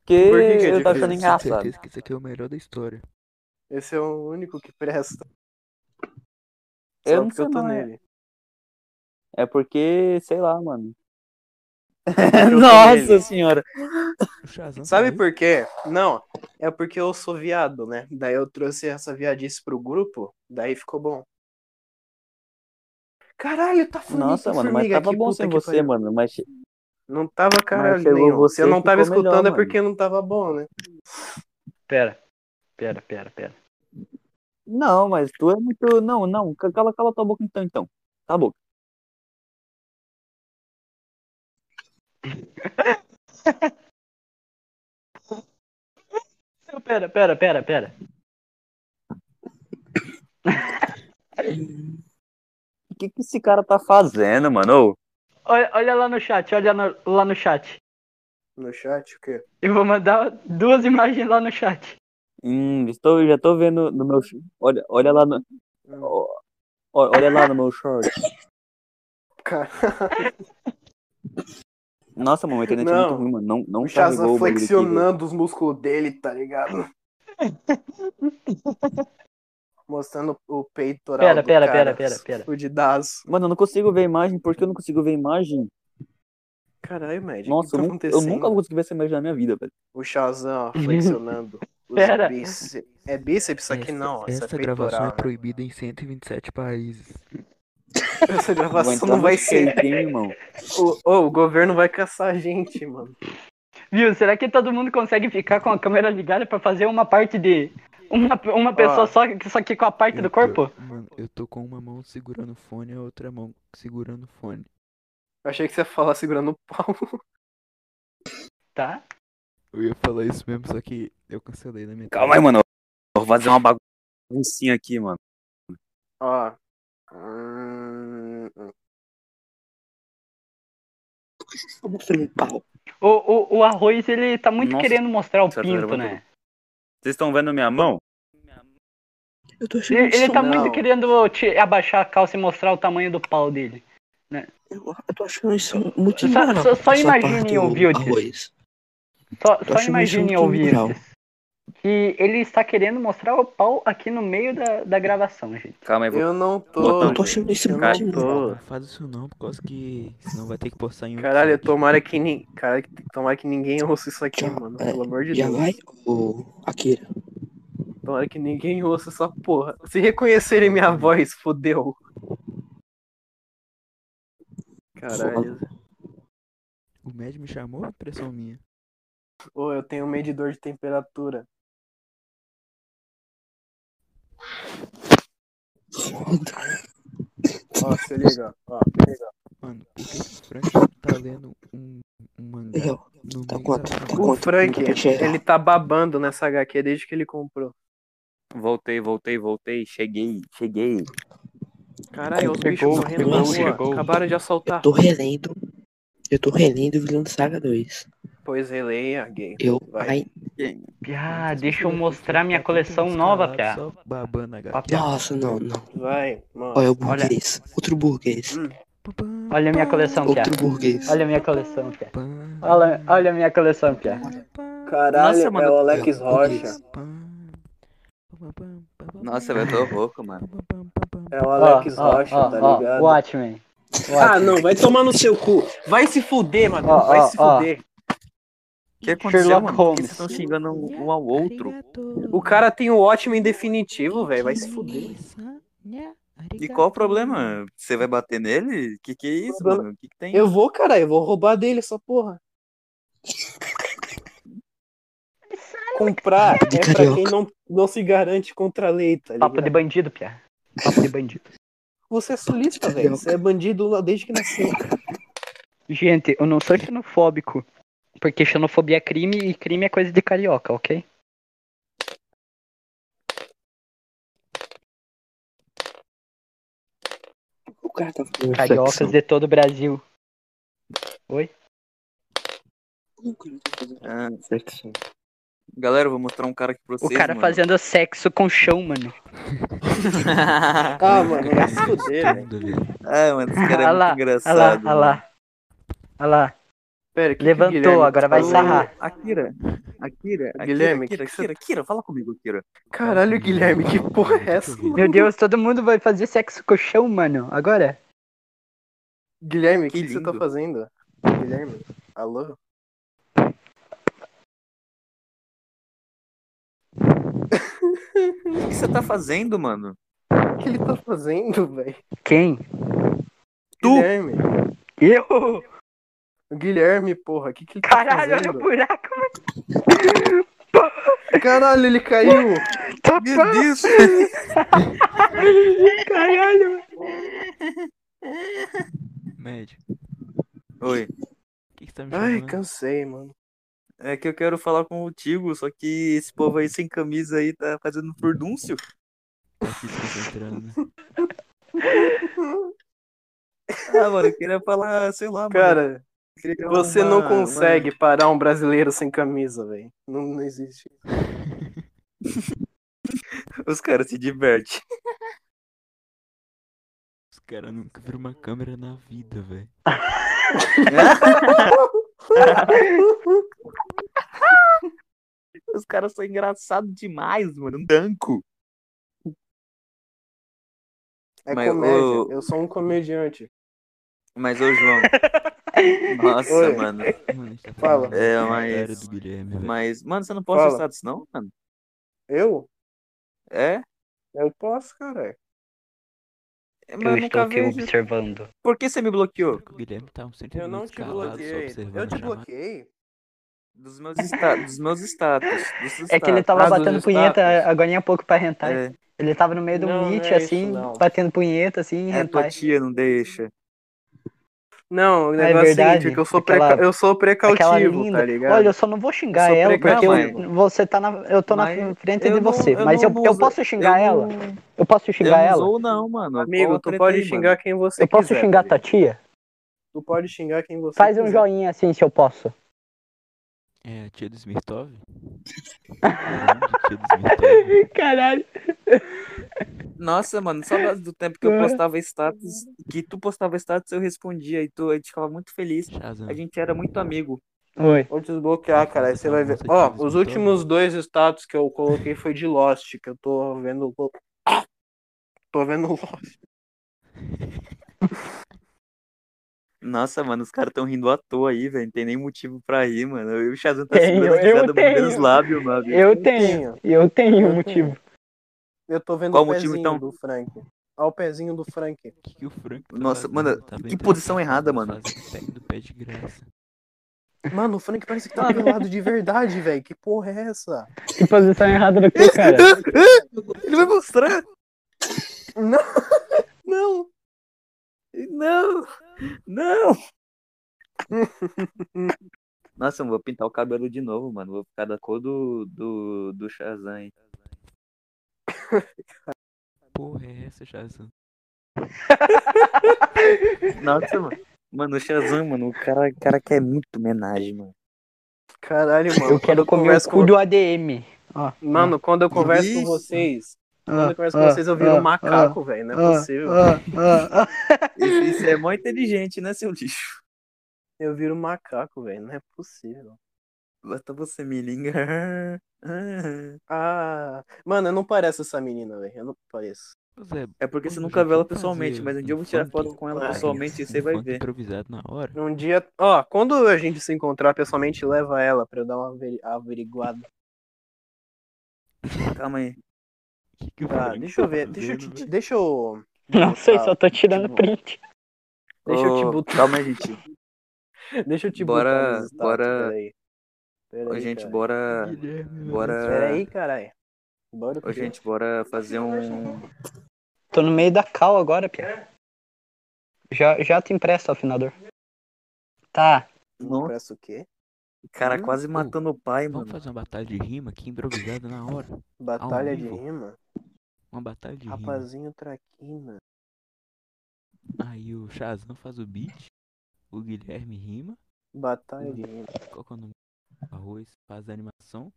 Porque Por que que é eu tô difícil? achando Com Tenho engraçado. certeza que esse aqui é o melhor da história. Esse é o único que presta. Eu Só não porque eu sei tô não, é- nele. É porque, sei lá, mano. eu tô Nossa nele. senhora! O Shazam tá Sabe saiu? por quê? Não, é porque eu sou viado, né? Daí eu trouxe essa viadice pro grupo, daí ficou bom. Caralho, tá fundindo Nossa, mano, mas tava bom sem você, mano. Mas Não tava caralho chegou nenhum. você, Se eu não tava ficou melhor, escutando é mano. porque não tava bom, né? Pera. Pera, pera, pera. Não, mas tu é muito. Não, não. ca- Cala, cala tua boca então, então. Tá bom. Pera, pera, pera, pera. É O que, que esse cara tá fazendo, mano? Ô, Olha, olha lá no chat, olha no- lá no chat. No chat, o quê? Eu vou mandar duas imagens lá no chat. Hum, estou, já tô vendo no meu. Olha, olha lá no. Ó, ó, Olha lá no meu short. Cara, Nossa, mano, a internet é Não. muito ruim, mano. Não, não o Shazam carregou o bagulho aqui, velho. flexionando os músculos dele, tá ligado? Mostrando o peitoral Pera, do pera, cara, pera, pera, pera. Fudidaço. Mano, eu não consigo ver a imagem. Por que eu não consigo ver a imagem? Caralho, Magic, o que Nossa, tá eu, nunca- eu acontecendo? nunca vou conseguir ver essa imagem na minha vida, velho. O Shazam, ó, flexionando os Pera. bíceps. É bíceps isso aqui não, ó, isso é Essa gravação é peitoral. proibida em 127 países. Essa Vou gravação entrar não no vai ser. shape, hein, irmão. O, ô, o governo vai caçar a gente, mano. Viu? Será que todo mundo consegue ficar com a câmera ligada pra fazer uma parte de. Uma, uma pessoa só, só que com a parte do corpo? Mano, eu tô com uma mão segurando o fone e a outra mão segurando o fone. Eu achei que você ia falar segurando o pau. Tá? Eu ia falar isso mesmo, só que eu cancelei na minha Calma aí, mano. Eu vou fazer uma baguncinha aqui, mano. Ó. É, Hum, Tá mostrando um pau. O, o, o arroz, ele tá muito Nossa, querendo mostrar o certo, pinto, era né? Vocês estão vendo minha mão? Eu tô achando Ele, ele isso tá Não. muito querendo te abaixar a calça e mostrar o tamanho do pau dele. Eu, eu tô achando isso muito Só- imoral. só- só essa imagine parte do ouvir o disco. arroz. Só, Eu só acho imagine muito ouvir imoral. isso. Que ele está querendo mostrar o pau aqui no meio da, da gravação, gente. Calma aí, vou. um eu não tô. Botão. Eu tô achando isso Eu muito não Não tô. imoral. faz isso não, por causa que senão vai ter que postar em um. Caralho, tomara que, ni... Caralho, tomara que ninguém ouça isso aqui, Tchau, mano. é, Pelo amor de Já Deus. vai, ô Akira. Tomara que ninguém ouça essa porra. Se reconhecerem minha voz, fodeu. Caralho. O médico me chamou, impressão minha. Ô, eu tenho um medidor de temperatura. Foda. Ó, se liga, ó. Mano, por que que o Frank tá lendo um, um mangá Aí, ó. no meio Tá da com a- tá sala? com O a- Frank, tá cheirar. ele tá babando nessa HQ desde que ele comprou. Voltei, voltei, voltei. Cheguei, cheguei. Caralho, os bichos Chegou, morrendo chegou, na rua. chegou. Acabaram de assaltar. Tô relendo. Eu tô relendo Vilão Saga 2. Pois releia, gay. Eu, Vai. ai, Ah, Essas deixa eu pessoas mostrar é que minha ficam coleção todas nova, Pia. caladas, Só babando a Papi. gata. nossa, não, não. Vai, mano. Olha o burguês. Outro burguês. Olha a minha coleção, Pia. Outro burguês. Olha a minha coleção, Pia. Pã, Olha, olha a minha coleção, Pia. pã, Caralho, Nossa, mano. é o Alex Eu- Rocha. pã, pã, pã, pã, pã, Nossa, pã, velho, eu tô louco, mano. pã, pã, pã, pã, pã. É o Alex Ó, ó, Rocha, ó, tá ó, ligado? Watchmen. ah, Watchmen. não, vai tomar no seu cu. Vai se fuder, mano. Ó, vai ó, se ó. fuder. O que aconteceu, Sherlock mano? Por que Holmes. vocês estão xingando um, um ao outro? O cara tem o ótimo indefinitivo, velho. Vai se fuder. E qual o problema? Você vai bater nele? Que que é isso, Problema- mano? O que, que tem? Eu vou, cara, eu vou roubar dele essa porra. Comprar De é pra carioca. quem não, não se garante contra a lei, tá Papo de ligado? bandido, Pia. Papo de bandido. Você é sulista, De velho. carioca. Você é bandido lá desde que nasceu. Gente, eu não sou xenofóbico. Porque xenofobia é crime e crime é coisa de carioca, ok? O cara tá fazendo Cariocas flexão. de todo o Brasil. O cara tá fazendo Ah, flexão. galera, eu vou mostrar um cara aqui pra O vocês. cara assim. mano. fazendo sexo com chão, mano. Ah, mano, vai se fuder, velho. Tudo, velho. Ah, mano, esse cara é Ah lá, muito Olha engraçado. lá, olha lá. Olha lá. Pera, o que que o Levantou, Guilherme tá agora vai Ô, falou? sarrar. Akira, Akira, Akira, Guilherme, Akira, que que você- Akira, Akira, fala comigo, Akira. Caralho, Guilherme, que porra é essa? Meu Deus, todo mundo vai fazer sexo com chão, mano. Agora? Guilherme, o Que que, que você tá lindo. fazendo? Guilherme, alô? O que você tá fazendo, mano? O que ele tá fazendo, velho? Quem? Tu? Guilherme. Eu? O Guilherme, porra, o que, que ele Caralho, tá olha o fazendo? buraco. Caralho, ele caiu! Tá Meu Deus! Caralho. Médico, Oi, o que que você tá me Ai, chamando? cansei, mano. é que eu quero falar contigo, só que esse povo aí sem camisa aí tá fazendo furdúncio. Tá aqui se concentrando, né? Ah, mano, eu queria falar, sei lá, mano. Cara, eu queria você uma- não consegue parar um brasileiro sem camisa, velho. Não, não existe. uma- Os caras se divertem. cara. Eu nunca vi uma câmera na vida, velho. Os caras são engraçados demais, mano. Um danco. É Mas comédia. o- Eu sou um comediante. Mas ô, João. Nossa, Oi. mano. Mano, a gente tá Fala. falando É, do mas- comentário do Guilherme, velho. Mas, mano, você não posta Fala. status, não, mano? Eu? É? Eu posso, cara. É, Eu Mas eu estou nunca aqui vi. observando. Por que você me bloqueou? O Guilherme tá um centímetro Eu não te calado, só bloqueei. observando Eu a te chamada. bloqueei. Dos meus, esta... dos meus status. dos É que ele status. tava Ah, dos batendo meus punheta status. agora há pouco pra rentar. É, Ele tava no meio do Não, não meet, é isso, assim, não. batendo punheta, assim, é hentai. tua tia, não deixa. Não, o Ah, é negócio é, o verdade? seguinte, é que eu sou, Aquela- preca- eu sou Aquela precautivo, linda. tá ligado? Olha, eu só não vou xingar Eu sou ela, porque precativo. eu, você tá na. Eu tô na Mas frente eu de não- você. eu mas não- eu, não eu uso- posso xingar eu ela? não- Eu posso Eu xingar não ela? sou, não, mano. Tá Amigo, Eu tu tretei, pode mano. xingar quem você Eu posso quiser. xingar a tá ligado? Tatia? Tu pode xingar quem você Faz um quiser. joinha assim se eu posso. É a tia do Smirtov? Grande tia do Smirtov. Caralho. Nossa, mano, saudades do tempo que eu postava status, que tu postava status, eu respondia e tu a gente ficava muito feliz. Shazam. A gente era muito amigo. Oi. Vou desbloquear, um cara. Aí você vai ver. Ó, os últimos dois status que eu coloquei foi de Lost, que eu tô vendo. Tô vendo Lost. Nossa, mano, os caras tão rindo à toa aí, velho. Não tem nem motivo pra rir, mano. Eu e o Shazam tá Tenho, segurando a eu risada, mordendo os tenho. lábios, mano. Eu tenho. tenho. Eu tenho Eu um motivo. Eu tô vendo Qual o motivo, pezinho então? do Frank. Ó, o pezinho do Frank. O que, que o Frank tá Nossa, fazendo? mano, Tá que vendo? posição Tá errada, mano. fazendo pé do pé de graça. Mano, o Frank parece que tá pelado de verdade, velho. Que porra é essa? Que posição errada do que, cara? Ele vai mostrar? Não! Não! Não! Nossa, eu vou pintar o cabelo de novo, mano. Vou ficar da cor do, do, do Shazam, hein? Porra, é essa, Shazam? Nossa, mano. Mano, o Shazam, mano, o cara, o cara quer muito homenagem, mano. Caralho, mano. Eu quero Quando comer o converso cu do ADM. Ó. com... Mano, quando eu converso Isso. com vocês. Quando Ah, eu converso ah, com vocês, eu viro ah, um macaco, velho. Não é ah, possível. ah, ah, ah. Isso, isso é mó inteligente, né, seu lixo? Eu viro um macaco, velho. Não é possível. Basta você me ligar. Ah. Ah. Mano, eu não pareço essa menina, velho. Eu não pareço. Ô, Zé, É porque você vamos, nunca Zé, vê ela vamos fazer pessoalmente, mas um dia eu vou tirar funk- foto com ela Ah, pessoalmente e isso, você um vai funk ver. improvisado na hora. Um dia. Ó, quando a gente se encontrar pessoalmente, leva ela pra eu dar uma averi- averiguada. Calma aí. Que que o Ah, Frank deixa eu tá ver. Deixa eu te. fazendo, te- velho? Deixa eu. Não sei, só tô tirando Tipo, print. Deixa eu te Ô, botar. Calma aí, gente. Deixa eu te Bora- botar nos status, bora- Peraí. Peraí, Ô, gente, cara. bora. Guilherme, Bora. Peraí, caralho. Bora Ô, gente, bora fazer um. Tô no meio da cal agora, Pia. Já, já te empresta o afinador. Tá. Não, Peço o quê? cara, Hum, quase ô, matando o pai, Vamos mano. fazer uma batalha de rima aqui improvisada na hora. Batalha de vivo? rima? Uma batalha de rima. Rapazinho traquina. Aí o Shazam faz o beat, o Guilherme rima, Batalha de rima. qual que é o nome? Arroz faz a animação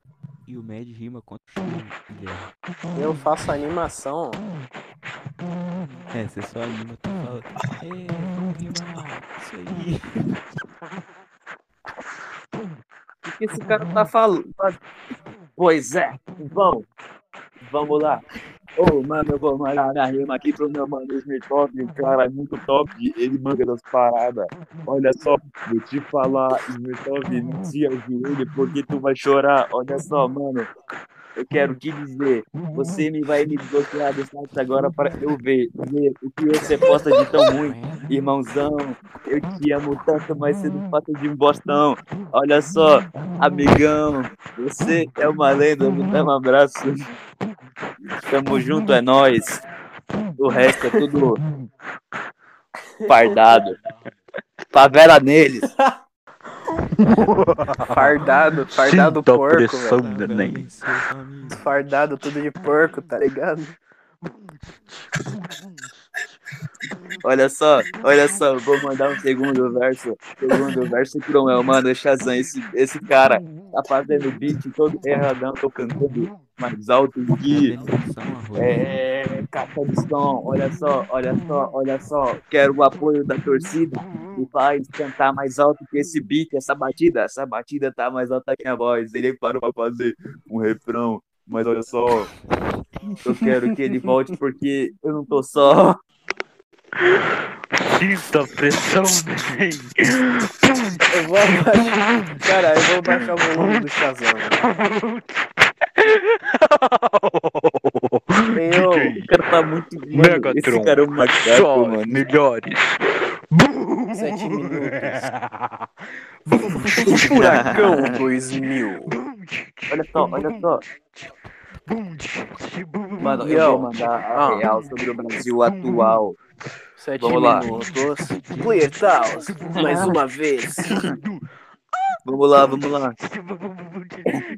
e o Mad rima contra o Shazam, Guilherme. Eu Hum. faço animação. É, você só anima, tu fala. É, vamos rimar, isso aí. O que esse cara tá falando? Pois é, vamos. Vamos lá. Ô, mano, eu vou mandar na rima aqui pro meu mano Smirtov. O cara é muito top, ele manga das paradas. Olha só, vou te falar, Smirtov, não se ajoelhe porque tu vai chorar. Olha só, mano, eu quero te dizer, você me vai me desbloquear do site agora para eu ver, ver o que você posta de tão ruim. Irmãozão, eu te amo tanto, mas você não passa de um bostão. Olha só, amigão, você é uma lenda, me dá um abraço. Tamo junto, é nóis. O resto é tudo fardado. Favela neles. Fardado, fardado porco, velho. Né? Fardado tudo de porco, tá ligado? Olha só, olha só, vou mandar um segundo verso. Segundo verso pro meu mano Shazam. Esse, esse cara tá fazendo beat todo erradão, tô cantando mais alto que. Atenção, arroz. É, caixa de som, olha só, olha só, olha só. Quero o apoio da torcida e vai cantar mais alto que esse beat, essa batida. Essa batida tá mais alta que a voz. Ele parou pra fazer um refrão, mas olha só. Eu quero que ele volte porque eu não tô só. Sinta pressão, Eu vou abaixar. Cara, eu vou baixar o volume do Shazam. né? Meu, o cara tá muito. Mano, esse Megatron. cara é um macaco, Só mano. melhores. 7 minutos. Furacão. Furacão 2000. Olha só, olha só. Mano, eu Yo. vou mandar a Ah. real sobre o Brasil atual. 7 Vamos lá. minutos. Player Taos, mais uma vez. Vamos lá, vamos lá.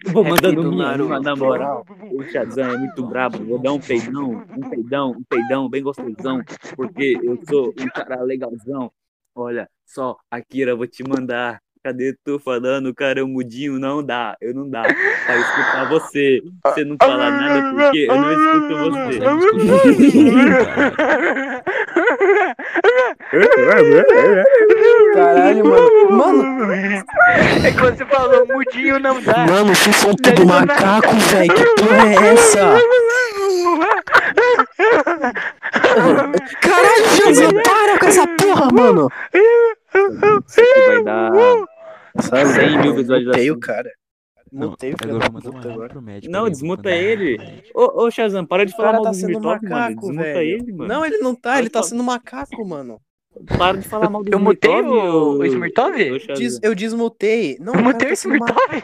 Vou mandando do minha, Naruto. uma, na moral. O Shazam é muito brabo. Vou dar um peidão, um peidão, um peidão bem gostosão. Porque eu sou um cara legalzão. Olha, só, Akira, vou te mandar. Cadê tu falando, cara? Eu mudinho não dá, eu não dá. Pra escutar você. Você não fala nada porque eu não escuto você. Caralho, mano. Mano, É que você falou, mudinho não dá. Mano, vocês são tudo macaco, velho. Que porra é essa? Caralho, Jazão, para com essa porra, mano. Isso aqui vai dar 100 mil mutei visualizações. o cara. Não, Mutei o agora filho eu da vou mandar uma puta agora. nota pro médico. Não, ali, desmuta vou mandar. ele. Ô, ô, Shazam, para de O falar cara mal tá do sendo Zmirtov, mano. macaco, Desmuta velho. ele, mano. Não, ele não tá, Olha ele tá só. sendo macaco, mano. Para de falar mal do Eu mutei Smirtov, o- ô- o Smirtov? ô, Shazam. Diz- eu desmutei. Eu Não, o cara mutei tá o sendo ma- Smirtov.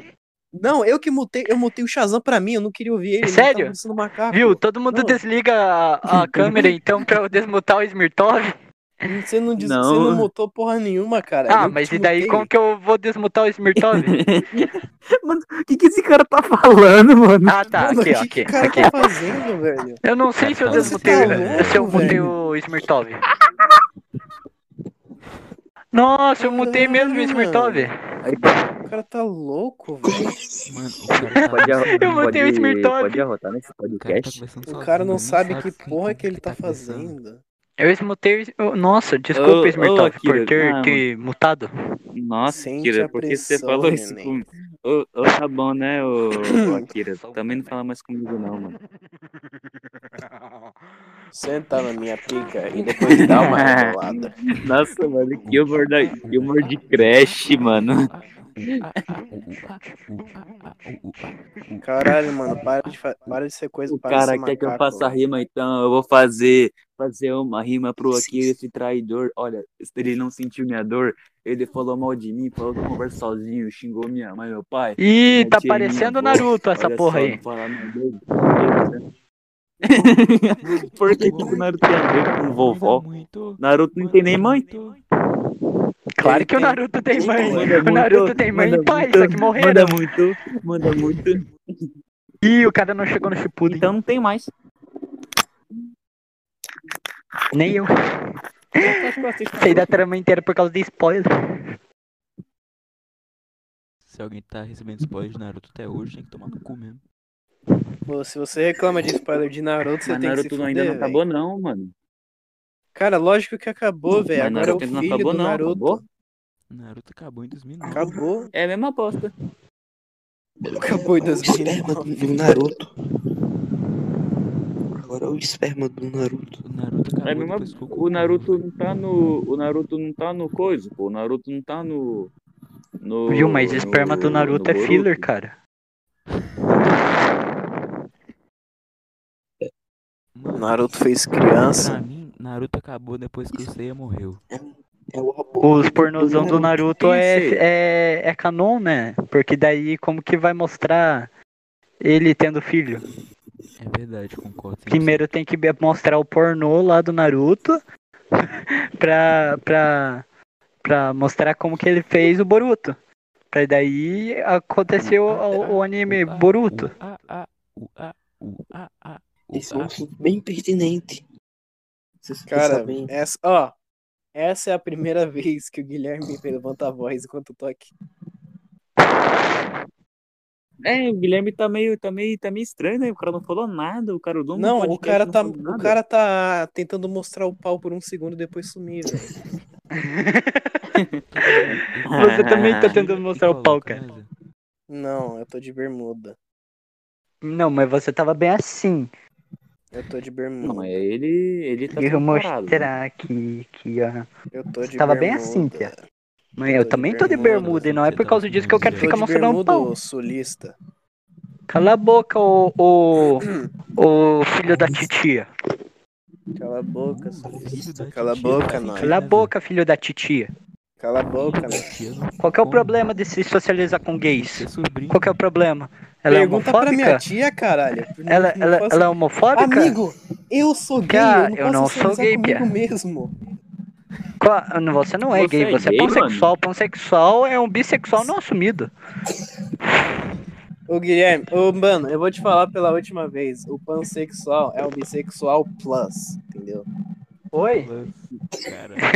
Não, eu que mutei, eu mutei o Shazam pra mim, eu não queria ouvir ele. ele Sério? tava sendo macaco. Viu? Todo mundo Não. desliga a, a câmera então pra eu desmutar o Smirtov. Você não, diz, Não. Você não mutou porra nenhuma, cara. Ah, Eu mas te e daí mutei. como que eu vou desmutar o Smirtov? O que, que esse cara tá falando, mano? Ah, tá. Mano, Aqui, ó, o que aqui, que o cara aqui. tá fazendo, velho? Eu não sei se eu Cara, você desmutei, tá o- se eu louco, mutei o Smirtov. Nossa, eu mutei mesmo o Caramba. Smirtov. O cara tá louco, velho. Mano, o cara tá Pode arrotar, Eu mutei o pode- Smirtov. Pode arrotar nesse O cara tá podcast. conversando O sozinho, cara não ele sabe que com porra quem que ele tá conversando. fazendo. Eu desmutei o... o- Nossa, Ô, desculpa, ô, Smirtov, Akira, por ter não. te mutado. Nossa, Sente Akira, a por que você pressão, falou isso neném. comigo? Ô, ô, tá bom, né, ô, ô, Akira? um Também não fala mais comigo, não, mano. Senta na minha pica e depois dá uma É. rebolada. Nossa, mano, que humor, da, que humor de creche, mano. Caralho, mano, para de, fa- para de ser coisa O para de cara ser quer que eu um macaco, faça velho. rima, então eu vou fazer fazer uma rima pro Akira, esse traidor. Olha, ele não sentiu minha dor, ele falou mal de mim, falou que eu converso sozinho, xingou minha mãe, meu pai. Ih, tá Mete aí, parecendo pô. Naruto essa Olha porra só, aí. não fala nada dele. Por que, que o Naruto tem a ver com vovó? Muito, Naruto não tem nem mãe. Claro Ele que o tem- Naruto tem mãe. tipo, Manda O Naruto tem mãe e manda pai, muito, só que Manda morreram. muito, manda muito. Ih, o cara não chegou no Shippuden. Então não tem mais. Nem eu Eu acho que eu assisto sei da trama inteira por causa de spoiler. Se alguém tá recebendo spoiler de Naruto até hoje, tem que tomar no cu mesmo. Pô, se você reclama de spoiler de Naruto, você Mas tem que se Naruto fuder, ainda não velho. acabou, não, mano. Cara, lógico que acabou, velho. Mas Agora é o Naruto ainda filho não acabou, do não. Naruto. Acabou? Naruto acabou em 2009. Acabou. É a mesma aposta. Acabou em O assim, né? esperma 2009. do, do Naruto. tá Agora é o esperma do Naruto. O Naruto acabou É a mesma- depois que o Goku O Naruto morreu. não tá no. O Naruto não tá no coisa, pô. O Naruto não tá no. no Viu, mas esperma no- do Naruto no é Boruto. filler, cara. Mano, Naruto fez criança. Pra mim, Naruto acabou depois que o Seiya morreu. É o aborto Os pornozão um do Naruto Sim, é, sei. é, é canon, né? Porque daí como que vai mostrar ele tendo filho? É verdade, concordo. Primeiro tem que be- mostrar o pornô lá do Naruto pra, pra, pra mostrar como que ele fez o Boruto. Pra daí aconteceu Ah, o, o anime Boruto. Ah, ah, uh, ah, uh, ah, ah, uh, Esse é um ah. assunto bem pertinente. Vocês Cara, é sabem. essa, ó, essa é a primeira vez que o Guilherme levanta a voz enquanto eu tô aqui. É, o Guilherme tá meio, tá meio, tá meio estranho, né? O cara não falou nada, o cara o dono do Não, o podcast cara, não tá, falou o nada. cara tá tentando mostrar o pau por um segundo e depois sumir, velho. Você também tá tentando mostrar o pau, cara. né, Não, eu tô de bermuda. Não, mas você tava bem assim. Eu tô de bermuda. Não, é ele, ele tá Eu vou preparado, né? mostrar aqui, aqui, ó. Eu tô de Tava bem bermuda. assim, Pia. Mas Eu eu tô de também tô de bermuda, bermuda e não é por causa disso que eu quero Eu tô Ele ficar de mostrando o bermuda, pau. ô sulista. Cala a boca, ô. ô. ô filho da titia. Cala a boca, filho sulista. da Cala a titia. boca, nós. Cala a boca, filho da titia. Cala a boca, né? nós. Qual que é o problema de se socializar com gays? Qual que é o problema? Ela Pergunta é pra minha homofóbica? tia, caralho. Não- Ela, não ela, faço- ela é homofóbica? Amigo, eu sou gay, Cara, eu não posso sou gay, comigo Pia. mesmo. Qua- não, Você não é Você gay, é você é gay, pansexual. Pansexual é um bissexual não assumido. Ô Guilherme, ô mano, eu vou te falar pela última vez. O pansexual é o bissexual plus, entendeu? Oi? Cara,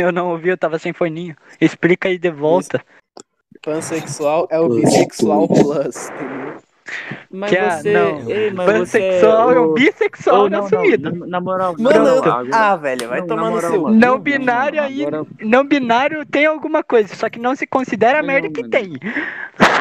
Eu não ouvi, eu tava sem foninho. Explica aí de volta. Pansexual é o bissexual plus, entendeu? Mas Que a- você, não. ei, mas Pansexual você, é um ô- bissexual ô, não, não, assumido. não, na, na moral, Mano, na eu- moral, agora- ah, velho, vai não, tomar na no moral, seu. mano, Não na binário moral, aí- agora- Não binário tem alguma coisa, só que não se considera a Não, merda que mano. tem.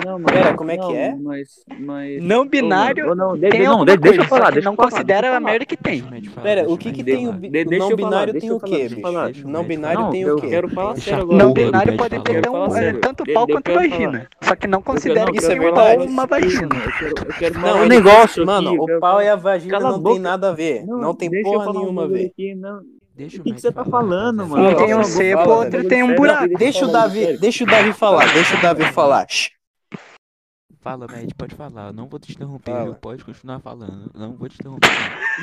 Não, mano, Pera, como é que não, é? Mas, mas... Não binário Ô, mano, ô, não, de- tem de- não, alguma de- coisa, deixa eu só falar, que deixa eu não falar, considera deixa eu a falar. merda que tem. Pera, o que que tem o bi- De- deixa não eu falar, binário deixa tem eu o falar, quê, deixa eu falar. bicho? Não binário Não, tem eu o quê? quero falar Deixa sério eu agora. Não Porra, binário eu pode quero ter falar um, sério. tanto De- pau de- quanto eu quero vagina. Só que não considera não, que isso é tem um pau verdade. e uma vagina. Eu quero, eu quero Não, o mais- negócio, aqui, mano, velho. o pau e a vagina Cala a não tem boca. nada a ver. Não, tem deixa eu porra falar um nenhuma a bagulho ver. aqui, não. deixa O que que você tá falando, mano? rapaziada. Um tem Fala, um Davi, sebo, fala, outro Davi. tem um buraco. Deixa o Fala, Davi, sério. deixa o Davi falar, deixa o Davi falar. Shh. Fala, Matt, pode falar. eu Não vou te interromper, Fala. viu? Pode continuar falando. eu Não vou te interromper.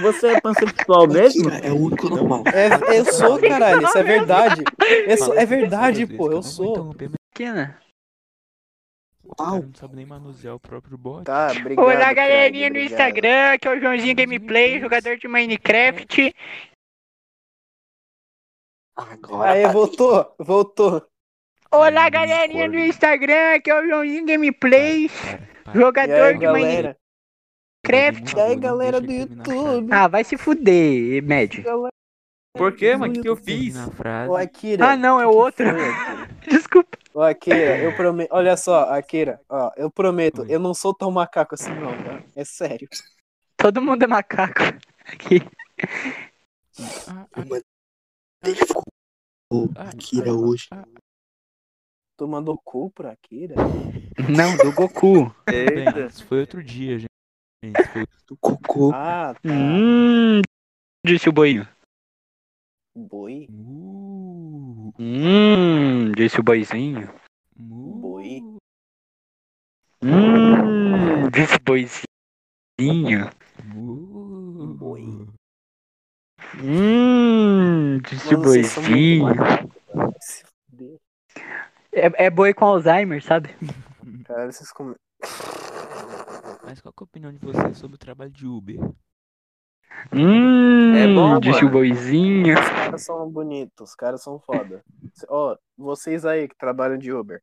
Você é pansexual mesmo? Mentira, é o único normal. É, eu sou, caralho, isso é verdade. Eu sou- é verdade, Duas vezes pô, que eu não vou sou. interromper, mas Pequena. o cara não sabe nem manusear o próprio bot. Tá, obrigado. Olá, Fred, galerinha do obrigado. Instagram, aqui é o Joãozinho Gameplay, jogador de Minecraft. Agora. Ah, é. Aê, voltou, voltou. Olá, galerinha do Instagram, aqui é o Joãozinho Gameplay, E aí, jogador É de galera? Minecraft. E aí, galera do YouTube? Ah, vai se fuder, Med. Por quê, mano? O que que eu fiz? Na frase. Ô, Akira. Ah, não, é o que outro. foi, Akira? Desculpa. Ô, Akira, eu prometo. Olha só, Akira, ó, eu prometo, Oi. eu não sou tão macaco assim, não, cara. É sério. Todo mundo é macaco. Aqui. Ah, Ele ficou com o Ah, é. Akira hoje. ah, Tu mandou cu pra Akira? Não, do Goku. bem, isso foi outro dia, gente. Isso foi Do cocô. Ah, tá. Hum, disse o boinho. Boi. Mu. Hum, disse o boizinho. Mu. Boi. Hum, disse o boizinho. Mu. Boi. Hum, disse o Mano, vocês são muito boizinho. macacos, cara. Vai se fuder. É, é boi com Alzheimer, sabe? Caralho, vocês comem. Mas qual que é a opinião de vocês sobre o trabalho de Uber? Hum, É bom, disse mano. o boizinho. Os caras são bonitos, os caras são foda. Ó, vocês aí que trabalham de Uber.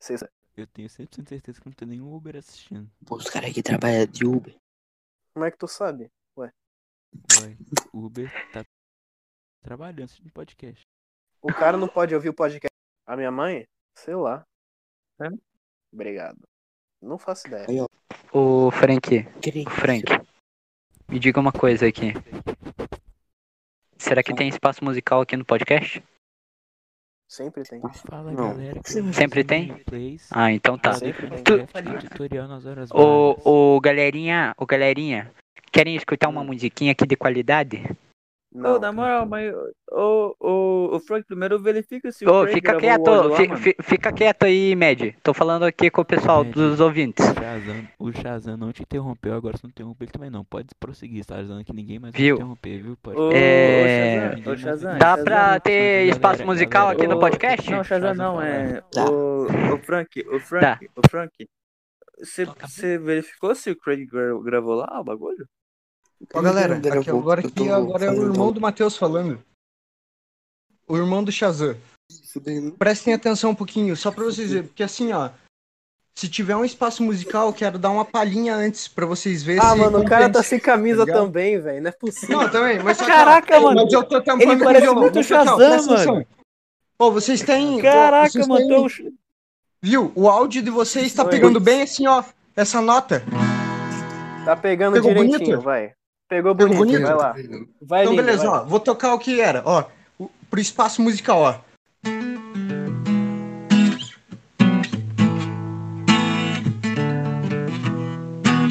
Vocês. Eu tenho 100% certeza que não tem nenhum Uber assistindo. Pô, os caras que trabalham de Uber. Como é que tu sabe? Ué, o Uber tá trabalhando assistindo podcast. O cara não pode ouvir o podcast. A minha mãe? Sei lá. É? Obrigado. Não faço ideia. Ô, Frank, Querem. Frank, me diga uma coisa aqui. Será que tem espaço musical aqui no podcast? Sempre tem. tipo, Fala, Não. galera. que Sempre eu sou o tem? Gameplays. Ah, então tá. Fazer Sempre tem. podcast, tutorial nas horas vagas. Ô, ô, galerinha, ô, galerinha, querem escutar uma musiquinha aqui de qualidade? Ô, Não. na moral, mas ô, ô, o Frank primeiro verifica se o Ô, Frank fica gravou quieto, o áudio lá, fi- mano. fi- fica quieto aí, Med. Tô falando aqui com o pessoal Med. dos ouvintes. O Shazam, o Shazam não te interrompeu, agora se não interromper ele também não. Pode prosseguir, Shazam, que ninguém mais Viu? vai te interromper, viu? Pode Ô, É, ô, Shazam, ô, Shazam, Dá Shazam, pra não, ter não, espaço galera, musical galera. aqui no Ô, podcast? Não, Shazam não, é. Tá. O, o Frank, o Frank, Tá. o Frank. Você verificou se o Craig gra- gravou lá o bagulho? Ó, galera, Daqui a aqui pouco agora, eu aqui tô agora é o falando irmão alto. do Matheus falando. O irmão do Shazam. Fudendo. É, Prestem atenção um pouquinho, só pra vocês verem, porque assim, ó. Se tiver um espaço musical, eu quero dar uma palhinha antes pra vocês verem Ah, se né, mano, o cara tá compensa. sem camisa ligado? também, velho. Não é possível. Não, também, mas só que- Caraca, mano. Mas eu tô tampando Ele com o parece violão, muito mas tá, Shazam, presta mano. atenção. Pô, vocês têm. Caraca, vocês mano. têm- Tô... Viu? O áudio de vocês tá pegando bem assim, ó. Essa nota. Tá pegando Pegou direitinho, bonito? vai. Pegou Pegou bonito, bonito? vai lá. Vai, então, lindo, beleza, vai. ó. Vou tocar o que era, ó. o- Pro espaço musical, ó.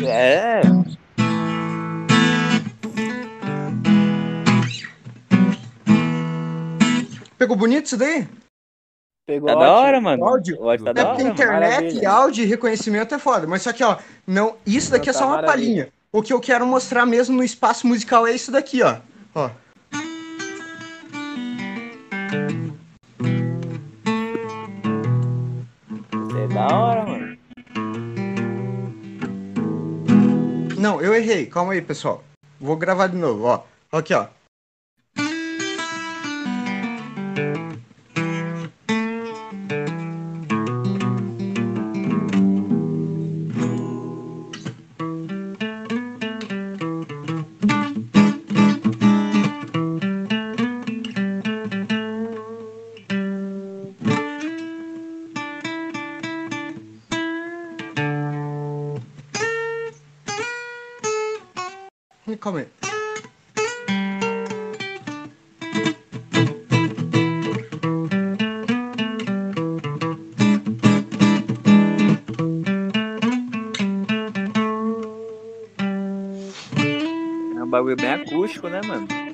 É. Pegou bonito isso daí? Pegou Tá da ótimo. hora, mano. Áudio. O áudio tá É da porque hora, mano. internet, maravilha. áudio e reconhecimento é foda. Mas só que, ó, não, isso daqui é Tá só uma maravilha. palhinha. O que eu quero mostrar mesmo no espaço musical é isso daqui, ó. Ó. É da hora, mano. Não, eu errei. Calma aí, pessoal. Vou gravar de novo, ó. Aqui, ó. Calma aí. É um bagulho bem acústico, né, mano? Tá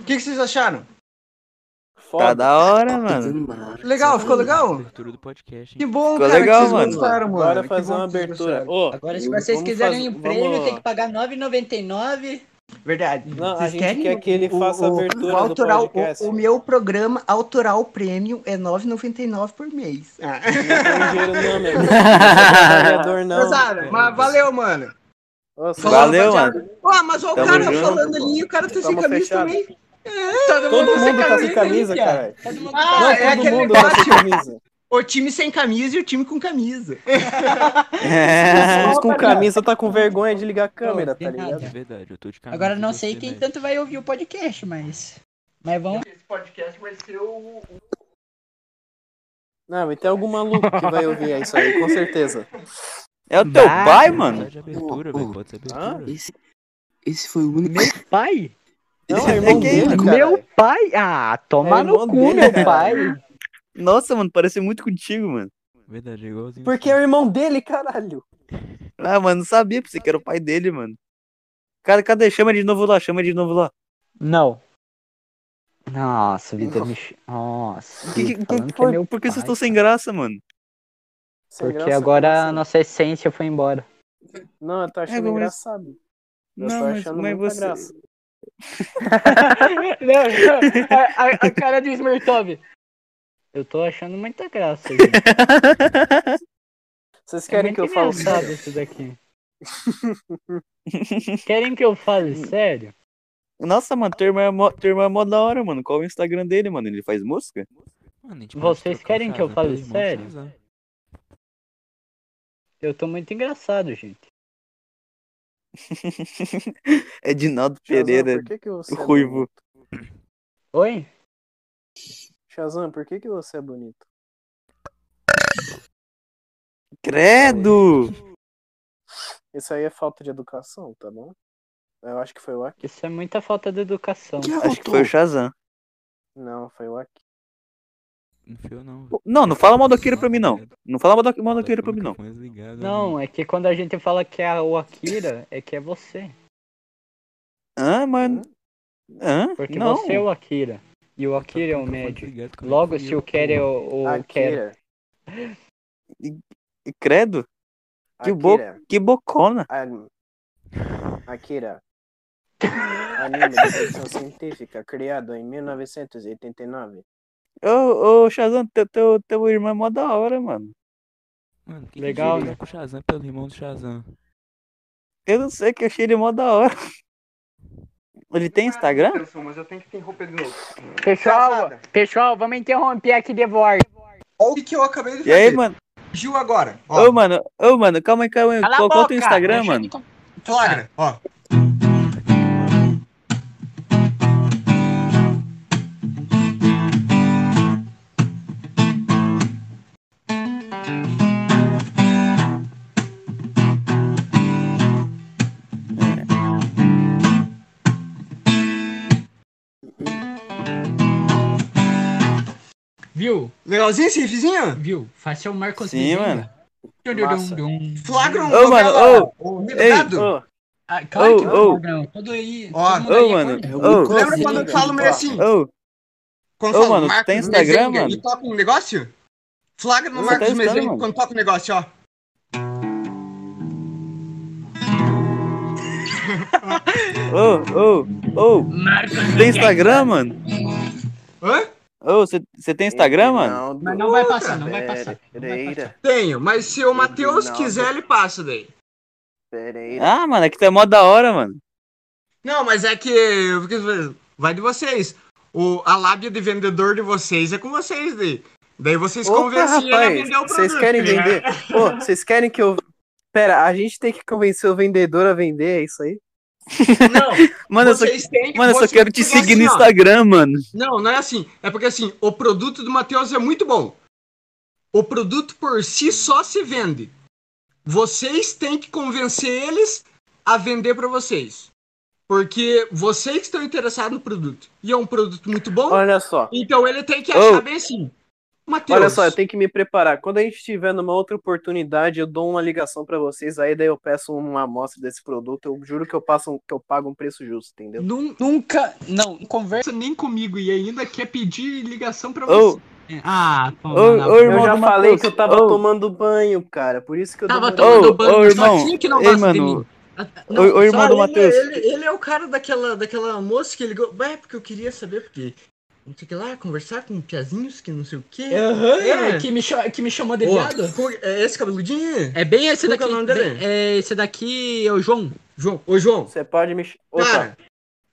O que, que vocês acharam? Tá Foda. da hora, mano. Legal, ficou legal? Abertura do podcast, Que hein? bom, Ficou cara, legal, que vocês mano. gostaram, mano. Bora Que fazer bom uma que vocês abertura. gostaram. Ô, Agora, se vocês vamos quiserem fazer- um prêmio, vamos- tem que pagar R$ 9,99. Verdade. Não, a Vocês gente querem quer que ele o- faça a o- abertura o do autoral, o- podcast. O, meu programa autoral premium é R$ 9,99 por mês. Ah. Não tem dinheiro não, meu. amigo. Não é trabalhador, não. é Mas, ah, mas valeu, mano. Ô, só- Falou, Valeu, rapaziada. mano. Ó, mas ó, o Tamo cara junto, falando ali, o cara tá sem Tamo camisa fechado. também. Todo mundo tá sem hein, camisa, Felipe? cara. Todo mundo É, Ah, Não, tá- é todo aquele mundo tá sem negócio. camisa. O time sem camisa e o time com camisa. Os com camisa tá com vergonha de ligar a câmera, Não, tá tem nada. ligado? É verdade, eu tô de camisa. é Agora não eu tô sei de quem verdade. tanto vai ouvir o podcast, mas. Mas vamos. Esse podcast vai ser o. Não, mas tem algum maluco que vai ouvir isso aí, com certeza. É o teu Bah, pai, Na mano. verdade, abertura, Ô, velho, ô. pode ser Hã? abertura. Esse, esse foi o único. Pai? Não, é irmão É dele, quem? cara. Meu pai? Ah, toma É no irmão cu, dele, meu cara. pai. Nossa, mano, parece muito contigo, mano. Verdade, é igualzinho. Porque assim. é o irmão dele, caralho. Ah, mano, não sabia pra você que era o pai dele, mano. Cara, cadê? Chama de novo lá, chama de novo lá. Não. Nossa, vida me. ch- Nossa. Que, que, falando que que é foi? meu Por que vocês pai, estão sem graça, mano? Sem Porque graça, agora como a assim? nossa essência foi embora. Não, eu tô É, achando mas- engraçado. Eu Não, tô mas- achando mas muita você- graça. a, cara do Smirtov. Eu tô achando muita graça. gente. Vocês É querem muito que eu fale engraçado né? sério? isso daqui. Querem que eu fale sério? Nossa, mano, teu irmão, é mó, teu irmão é mó da hora, mano. Qual é o Instagram dele, mano? Ele faz música? Mano, a gente pode Vocês trocar o querem que eu Shazam fale pelo irmão sério? Shazam. Eu tô muito engraçado, gente. É Dinaldo Shazam, Pereira, por que que você o é ruivo. Oi? Shazam, por que, que você é bonito? Credo! Isso aí é falta de educação, tá bom? Eu acho que foi o Aki. Isso é muita falta de educação. Que Acho que foi o Shazam. Não, foi o Aki. Não fio não. tá Não, não fala mal do Akira pra mim, não. Não fala mal do mal do Akira pra mim, não. Uhum. Não, é que quando a gente fala que é o Akira, é que é você. Hã, mano? Hã? Porque Não. você é o Akira. E o Akira Tá é o médio. Logo, se o Quer é o, o Quer. Akira. Credo, Que Akira. que bocona. Ah, Akira. Anime de ficção científica criado em 1989. Ô, ô, Shazam, teu, teu, teu irmão é mó da hora, mano. Mano, que Legal, né? com o Shazam pelo irmão do Shazam? Eu não sei que eu achei ele mó da hora. Ele tem Instagram? Mas eu tenho que ter roupa de novo. Pessoal, pessoal, vamos interromper aqui de volta. Olha o que que eu acabei de E fazer. aí, mano? Gil agora. Ó, Ô, mano, ô, mano, calma aí, calma aí. Cala a Qual, qual o boca, teu Instagram, deixa eu mano? me com- Clara, ó. Viu? Legalzinho esse riffzinho? Viu? Faça o Marcos Sim, Mizinga. mano. Dum, dum, Massa. dum. Flagra um Ô, mano, novela, ô, remedado. Ô, Ah, claro que Ô, não, ô. Magrão. Todo aí. Ó, todo mundo aí Ô, é mano, contra. ô, Lembra quando eu falo meio assim? ô, Quando Ô, fala mano, Marcos tem Instagram, Mezenga mano? E toca um negócio? Flagra no Você Marcos tá escutando, Mezenga mano? quando toca um negócio, ó. ô, ô, ô. Tem Instagram, mano? Hã? Ô, você tem Instagram, mano? Mas não vai passar, não vai passar. Pereira, Tenho, mas se o Matheus Não. quiser, ele passa daí. Pereira. Ah, mano, é que tu é mó da hora, mano. Não, mas é que. eu quis ver- Vai de vocês. O, a lábia de vendedor de vocês é com vocês daí. Daí vocês Opa, convencem ele a rapaz, vender o produto. vocês querem né? vender? Ô, vocês querem que eu... Pera, a gente tem que convencer o vendedor a vender, é isso aí? Não, Mano, eu só, vocês têm que- mano, eu só vocês quero te negócio seguir no assim, ó. Instagram, mano. Não, não é assim. É porque assim, o produto do Matheus é muito bom. O produto por si só se vende. Vocês têm que convencer eles a vender pra vocês. Porque vocês que estão interessados no produto. E é um produto muito bom, Olha só, então ele tem que Oh. achar bem assim. Matheus, olha só, eu tenho que me preparar. Quando a gente tiver numa outra oportunidade, eu dou uma ligação pra vocês, aí daí eu peço uma amostra desse produto, eu juro que eu, passo um- que eu pago um preço justo, entendeu? não Nunca. Não, conversa. conversa nem comigo e ainda quer pedir ligação pra Ô, você. Tá, Ah, toma ô, na ô, Eu irmão já do falei Matheus. que eu tava Ô, tomando banho, cara, por isso que eu Tava dou- tomando Ô, banho, ô, só irmão, assim que não ei, gosta de mano, mim. Ah, ô, ô, irmão só do ele- Matheus. Ele, ele é o cara daquela, daquela moça que ligou. É, porque eu queria saber porque. Não sei o que lá, conversar com piazinhos que não sei o quê. É, que, me cha- que me chamou de Ô, viado. como- é esse cabeludinho? É bem esse Qual daqui. que é o nome dele? É, esse daqui é o João. João, ô João, Você pode me... ch- Opa, cara,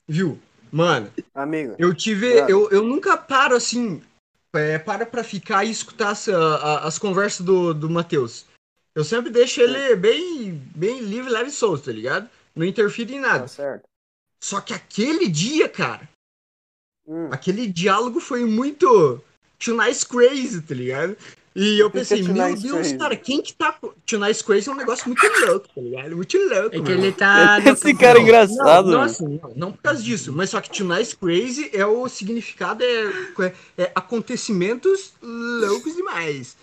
viu? Mano, amigo. Ah. eu tive. Claro. Eu, eu nunca paro assim. É, para pra ficar e escutar as, a- a- as conversas do, do Matheus. Eu sempre deixo É. ele bem, bem livre, leve e solto, tá ligado? Não interfiro em nada. Tá certo. Só que aquele dia, cara, Hum. aquele diálogo foi muito Tonight's Crazy, tá ligado? E eu O que que pensei, é meu Tonight's Deus, Crazy? cara, quem que tá. Tonight's Crazy é um negócio muito louco, tá ligado? Muito louco. É que mano. ele tá. no Esse cara é campo. engraçado, Não, mano. assim, não, não por causa disso, mas só que Tonight's Crazy é o significado, é, é- é acontecimentos loucos demais.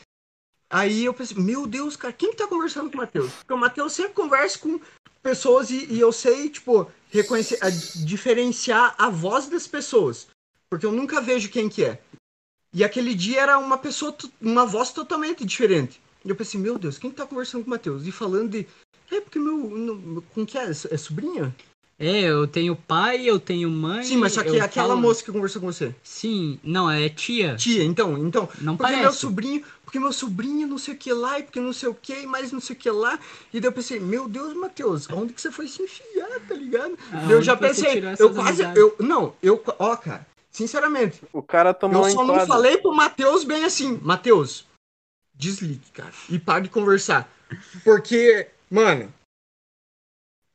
Aí eu pensei, meu Deus, cara, quem que tá conversando com o Matheus? Porque o Matheus sempre conversa com pessoas e, e eu sei, tipo, reconhecer, a- diferenciar a voz das pessoas. Porque eu nunca vejo quem que é. E aquele dia era uma pessoa, to- uma voz totalmente diferente. E eu pensei, meu Deus, quem que tá conversando com o Matheus? E falando de. É porque meu. não- Como que é? É sobrinha? É, eu tenho pai, eu tenho mãe. Sim, mas só que eu aquela falo- moça que conversou com você. Sim, não, é tia. Tia, então, então. Não Porque parece. meu sobrinho, porque meu sobrinho não sei o que lá, e porque não sei o que, e mais não sei o que lá. E daí eu pensei, meu Deus, Matheus, onde que você foi se enfiar, tá ligado? Daí eu Aonde já Ah, você pensei, tirou essas eu quase. amizades? Eu, não, eu. qua- Ó, cara, sinceramente, O cara tomou eu um só não enquadro. falei pro Matheus bem assim, Matheus, desligue, cara, e para de conversar. Porque, mano,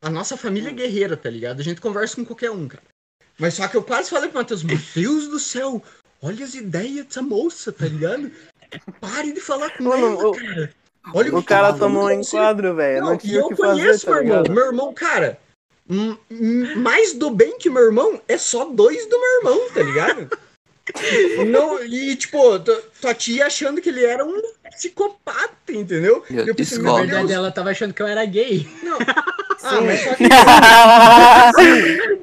a nossa família é guerreira, tá ligado? A gente conversa com qualquer um, cara. Mas só que eu quase falei pro Matheus, meu Deus do céu, olha as ideias dessa moça, tá ligado? Pare de falar com Mano, ela, o- cara. Olha O que cara tá tomou um falando com você. enquadro, velho. Não, Não e tinha eu o que fazer, conheço tá meu irmão. ligado? Meu irmão, cara, hum, hum, mais do bem que meu irmão é só dois do meu irmão, tá ligado? Não, e tipo, tu- tua tia achando que ele era um psicopata, entendeu? E eu pensei, meu A Deus, mulher dela tava achando que eu era gay. ah, mas só que-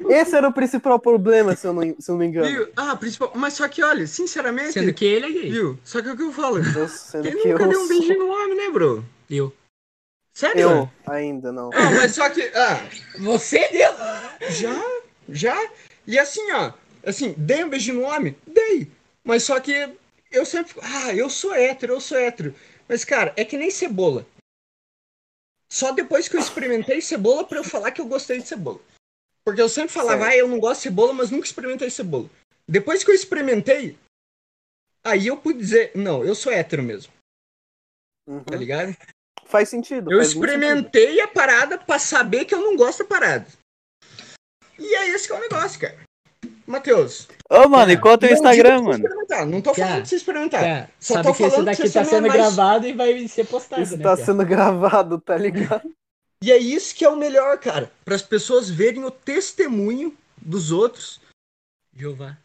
Esse era o principal problema, se eu não, se eu não me engano. viu? Ah, principal, mas só que olha, sinceramente, tá- Sendo que ele é gay. viu? Só que é o que eu falo, Eu- sendo quem que eu nunca deu um sou- beijinho no homem, né, bro? Eu. Sério? Eu ainda não. Não, mas só que. Ah, você deu. Já? Já? E assim, ó. Assim, dei um beijo no homem? Dei. Mas só que eu sempre. fico, Ah, eu sou hétero, eu sou hétero. Mas, cara, é que nem cebola. Só depois que eu experimentei cebola pra eu falar que eu gostei de cebola. Porque eu sempre falava, ah, eu não gosto de cebola, mas nunca experimentei cebola. Depois que eu experimentei, aí eu pude dizer, não, eu sou hétero mesmo, Uhum. tá ligado? Faz sentido. Eu faz muito sentido. experimentei a parada pra saber que eu não gosto da parada. E é esse que é o negócio, cara. Matheus. Ô, mano, e qual é o teu não Instagram, digo pra você mano? experimentar, Não tô falando Cara, de você experimentar. É, Cara, é, Só sabe tô que esse falando que daqui você tá também é sendo mais- gravado e vai ser postado, Isso né? tá Pia? sendo gravado, tá ligado? E é isso que é o melhor, cara. Para as pessoas verem o testemunho dos outros. Jeová.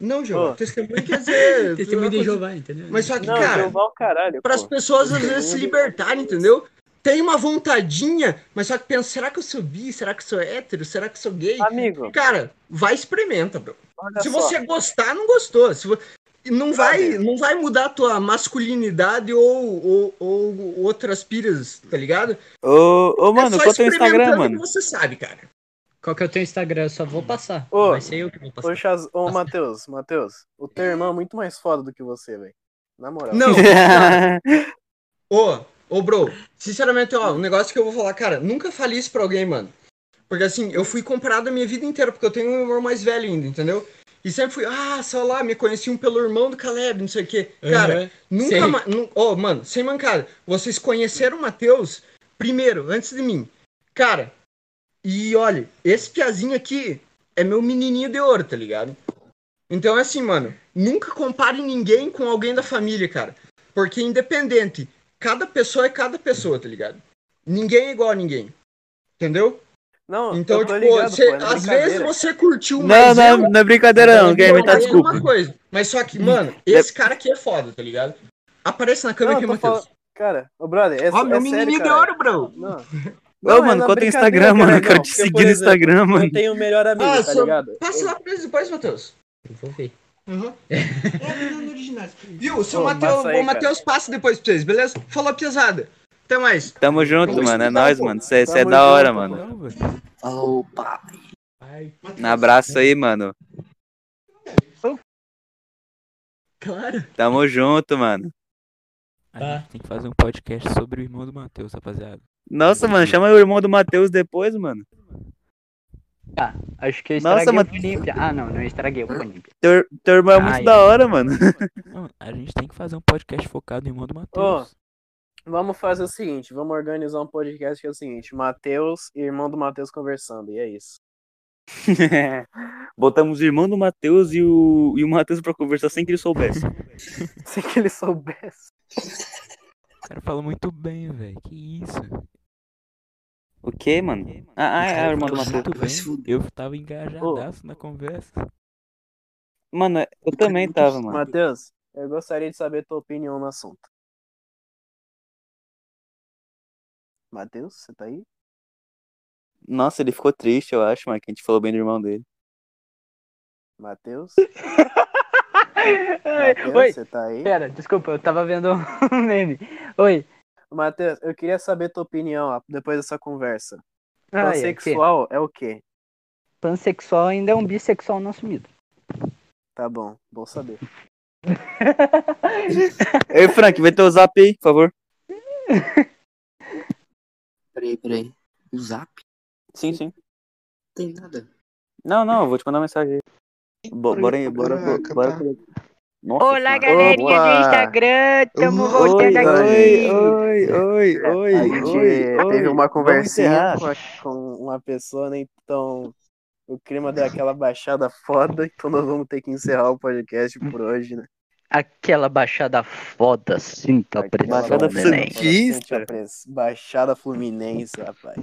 Não, João. Ô. Testemunho quer dizer. Testemunho de uma coisa- Jeová, entendeu? Mas só que, Não, cara, Jeová é o caralho, para as pô. pessoas às vezes se libertarem, entendeu? Tem uma vontadinha, mas só que pensa, será que eu sou bi? Será que eu sou hétero? Será que eu sou Ah. gay? Amigo, Cara, vai e experimenta, meu. olha Se só. Tá você gostar, não gostou. Se vo- e Não vai, não vai mudar a tua masculinidade ou, ou, ou outras piras, tá ligado? Ô, ô, mano, é qual é o teu experimentando Instagram, que mano? Você sabe, cara. Qual que é o teu Instagram? Eu só vou passar. Ô, Vai ser eu que vou passar. Ô, Chaz... Ô Matheus, Matheus, o teu irmão é muito mais foda do que você, velho. Na moral. Não, Ô, ô, bro, sinceramente, ó, um negócio que eu vou falar, cara, nunca falei isso pra alguém, mano. Porque assim, eu fui comprado a minha vida inteira, porque eu tenho um irmão mais velho ainda, entendeu? E sempre fui, ah, só lá, me conheciam pelo irmão do Caleb, não sei o quê. Cara, Aham. nunca Sim. mais. Ô, mano, sem mancada, vocês conheceram o Matheus primeiro, antes de mim. Cara, e olha, esse piazinho aqui é meu menininho de ouro, tá ligado? Então é assim, mano, nunca compare ninguém com alguém da família, cara. Porque independente, cada pessoa é cada pessoa, tá ligado? Ninguém é igual a ninguém. Entendeu? Não, Então, eu tô tipo, ligado, você- pô, é às brincadeira. vezes você curtiu Não, mas eu- não, não é brincadeira não, Guilherme, tá mas é desculpa. Hum, uma coisa. Mas só que, mano, esse cara aqui é foda, tá ligado? Aparece na câmera Não, aqui, eu tô Matheus. falando- Cara, ô brother, é, Ó, meu é sério, menininho de cara. ouro, bro. Não. Ô, mano, qual é é na o teu brincadeira, Instagram, mano? Eu cara, quero não, te porque, seguir por no exemplo, Instagram, mano. Eu tenho o melhor amigo, Ah, tá só- ligado? Passa lá pra eles depois, Matheus. Eu vou ver. Aham. Uhum. É, não, não, originais. Viu? Seu Ô, Matheus, passa aí, o Matheus passa depois pra vocês, beleza? Falou, piazada. Até mais. Tamo junto, Vamos mano, é escutar, nóis, pô. mano. Cê cê é Tamo da hora, junto, mano. Não, velho. Opa! Um abraço aí, mano. Claro. Tamo junto, mano. A Tá. gente tem que fazer um podcast sobre o irmão do Matheus, rapaziada. Nossa, mano, chama o irmão do Matheus depois, mano. Acho que eu Nossa, estraguei mano. o Olímpia. Ah, não, não eu estraguei o Olímpia. Teu, teu irmão é muito Ai, da hora, mano. Não, a gente tem que fazer um podcast focado no irmão do Matheus. Vamos fazer o seguinte, vamos organizar um podcast que é o seguinte, Matheus e irmão do Matheus conversando, e é isso. Botamos o irmão do Matheus e o, e o Matheus pra conversar sem que ele soubesse. Se que ele soubesse. O cara fala muito bem, velho. Que isso? O quê, mano? Ah, ah, é o irmão do Matheus. Muito bem. Eu tava engajadaço na conversa. Mano, é, eu também tava, mano. Matheus, eu gostaria de saber tua opinião no assunto. Matheus, você tá aí? Nossa, ele ficou triste, eu acho, mano, que a gente falou bem do irmão dele. Matheus? Ai, Matheus, Oi, você tá aí? pera, desculpa, eu tava vendo um meme. Oi. Matheus, eu queria saber tua opinião ó, depois dessa conversa. Ai, ai, que- Pansexual Ah, é o quê? Pansexual ainda é um bissexual não assumido. Tá bom, bom saber. Ei, Frank, vê teu zap aí, por favor. Peraí, peraí. O zap? Sim, sim. Tem nada. Não, não, eu vou te mandar uma mensagem aí. Bo- bora aí, bora, bora, Caraca, bora. tá. Nossa senhora. galerinha do Opa! Instagram, tamo Oi, Oi, voltando oi, oi, oi, oi, a gente oi, oi. teve uma Vamos conversinha encerrar. com, a- com uma pessoa, né? Então o clima deu aquela baixada foda, então nós vamos ter que encerrar o podcast por hoje, né? Aquela baixada foda, assim, tá? sinta a pressão, Baixada Aquela Fluminense. neném. Santista. baixada foda, sente a press- Baixada Fluminense, rapaz.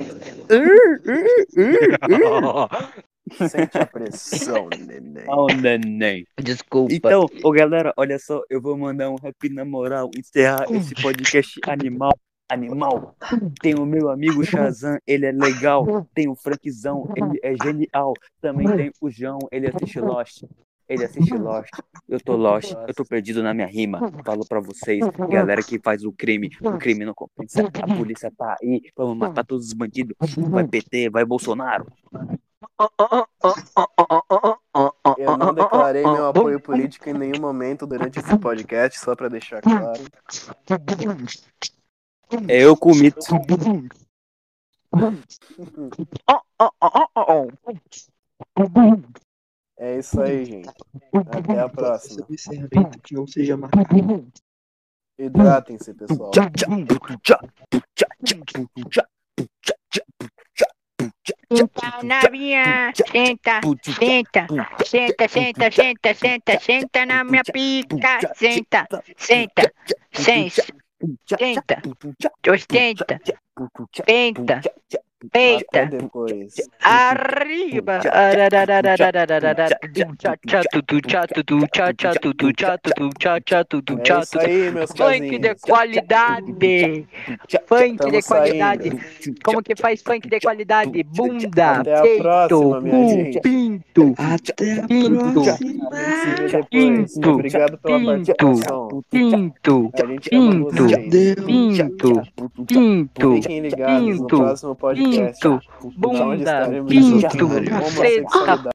Sente a pressão, neném. Ao neném. Desculpa. Então, ô galera, olha só, eu vou mandar um rap na moral, encerrar esse podcast animal. Animal, tem o meu amigo Shazam, ele é legal. Tem o Frankzão, ele é genial. Também tem o João, ele assiste Lost. Ele assiste Lost. Eu tô Lost. Eu tô perdido na minha rima. Falo pra vocês, galera que faz o crime. O crime não compensa. A polícia tá aí. Vamos matar todos os bandidos. Vai PT, vai Bolsonaro. Eu não declarei meu apoio político em nenhum momento durante esse podcast, só pra deixar claro. Eu comito. É isso aí, gente. Até a é próxima. Serventa que não seja marcado. Hidratem-se, pessoal. Então, na minha. Senta, senta, senta, senta, senta, senta, senta na minha pica. Senta, senta, senta, senta, ostenta, penta, peita. Depois. Arriba! ah, É isso aí, meus Funk de casinhos. qualidade! Funk de Tamo qualidade! Como que faz funk de qualidade? Bunda, Até a peito, uh, próxima, minha cu, gente. pinto, Até a pinto, próxima. Depois. Pinto. Obrigado pela Pinto. participação. pinto, A gente ama Pinto. vocês. pinto, pinto, Fiquem ligados no Pinto. próximo podcast. pinto, Onde bunda, estaremos discutindo pinto, homossexualidade. sexta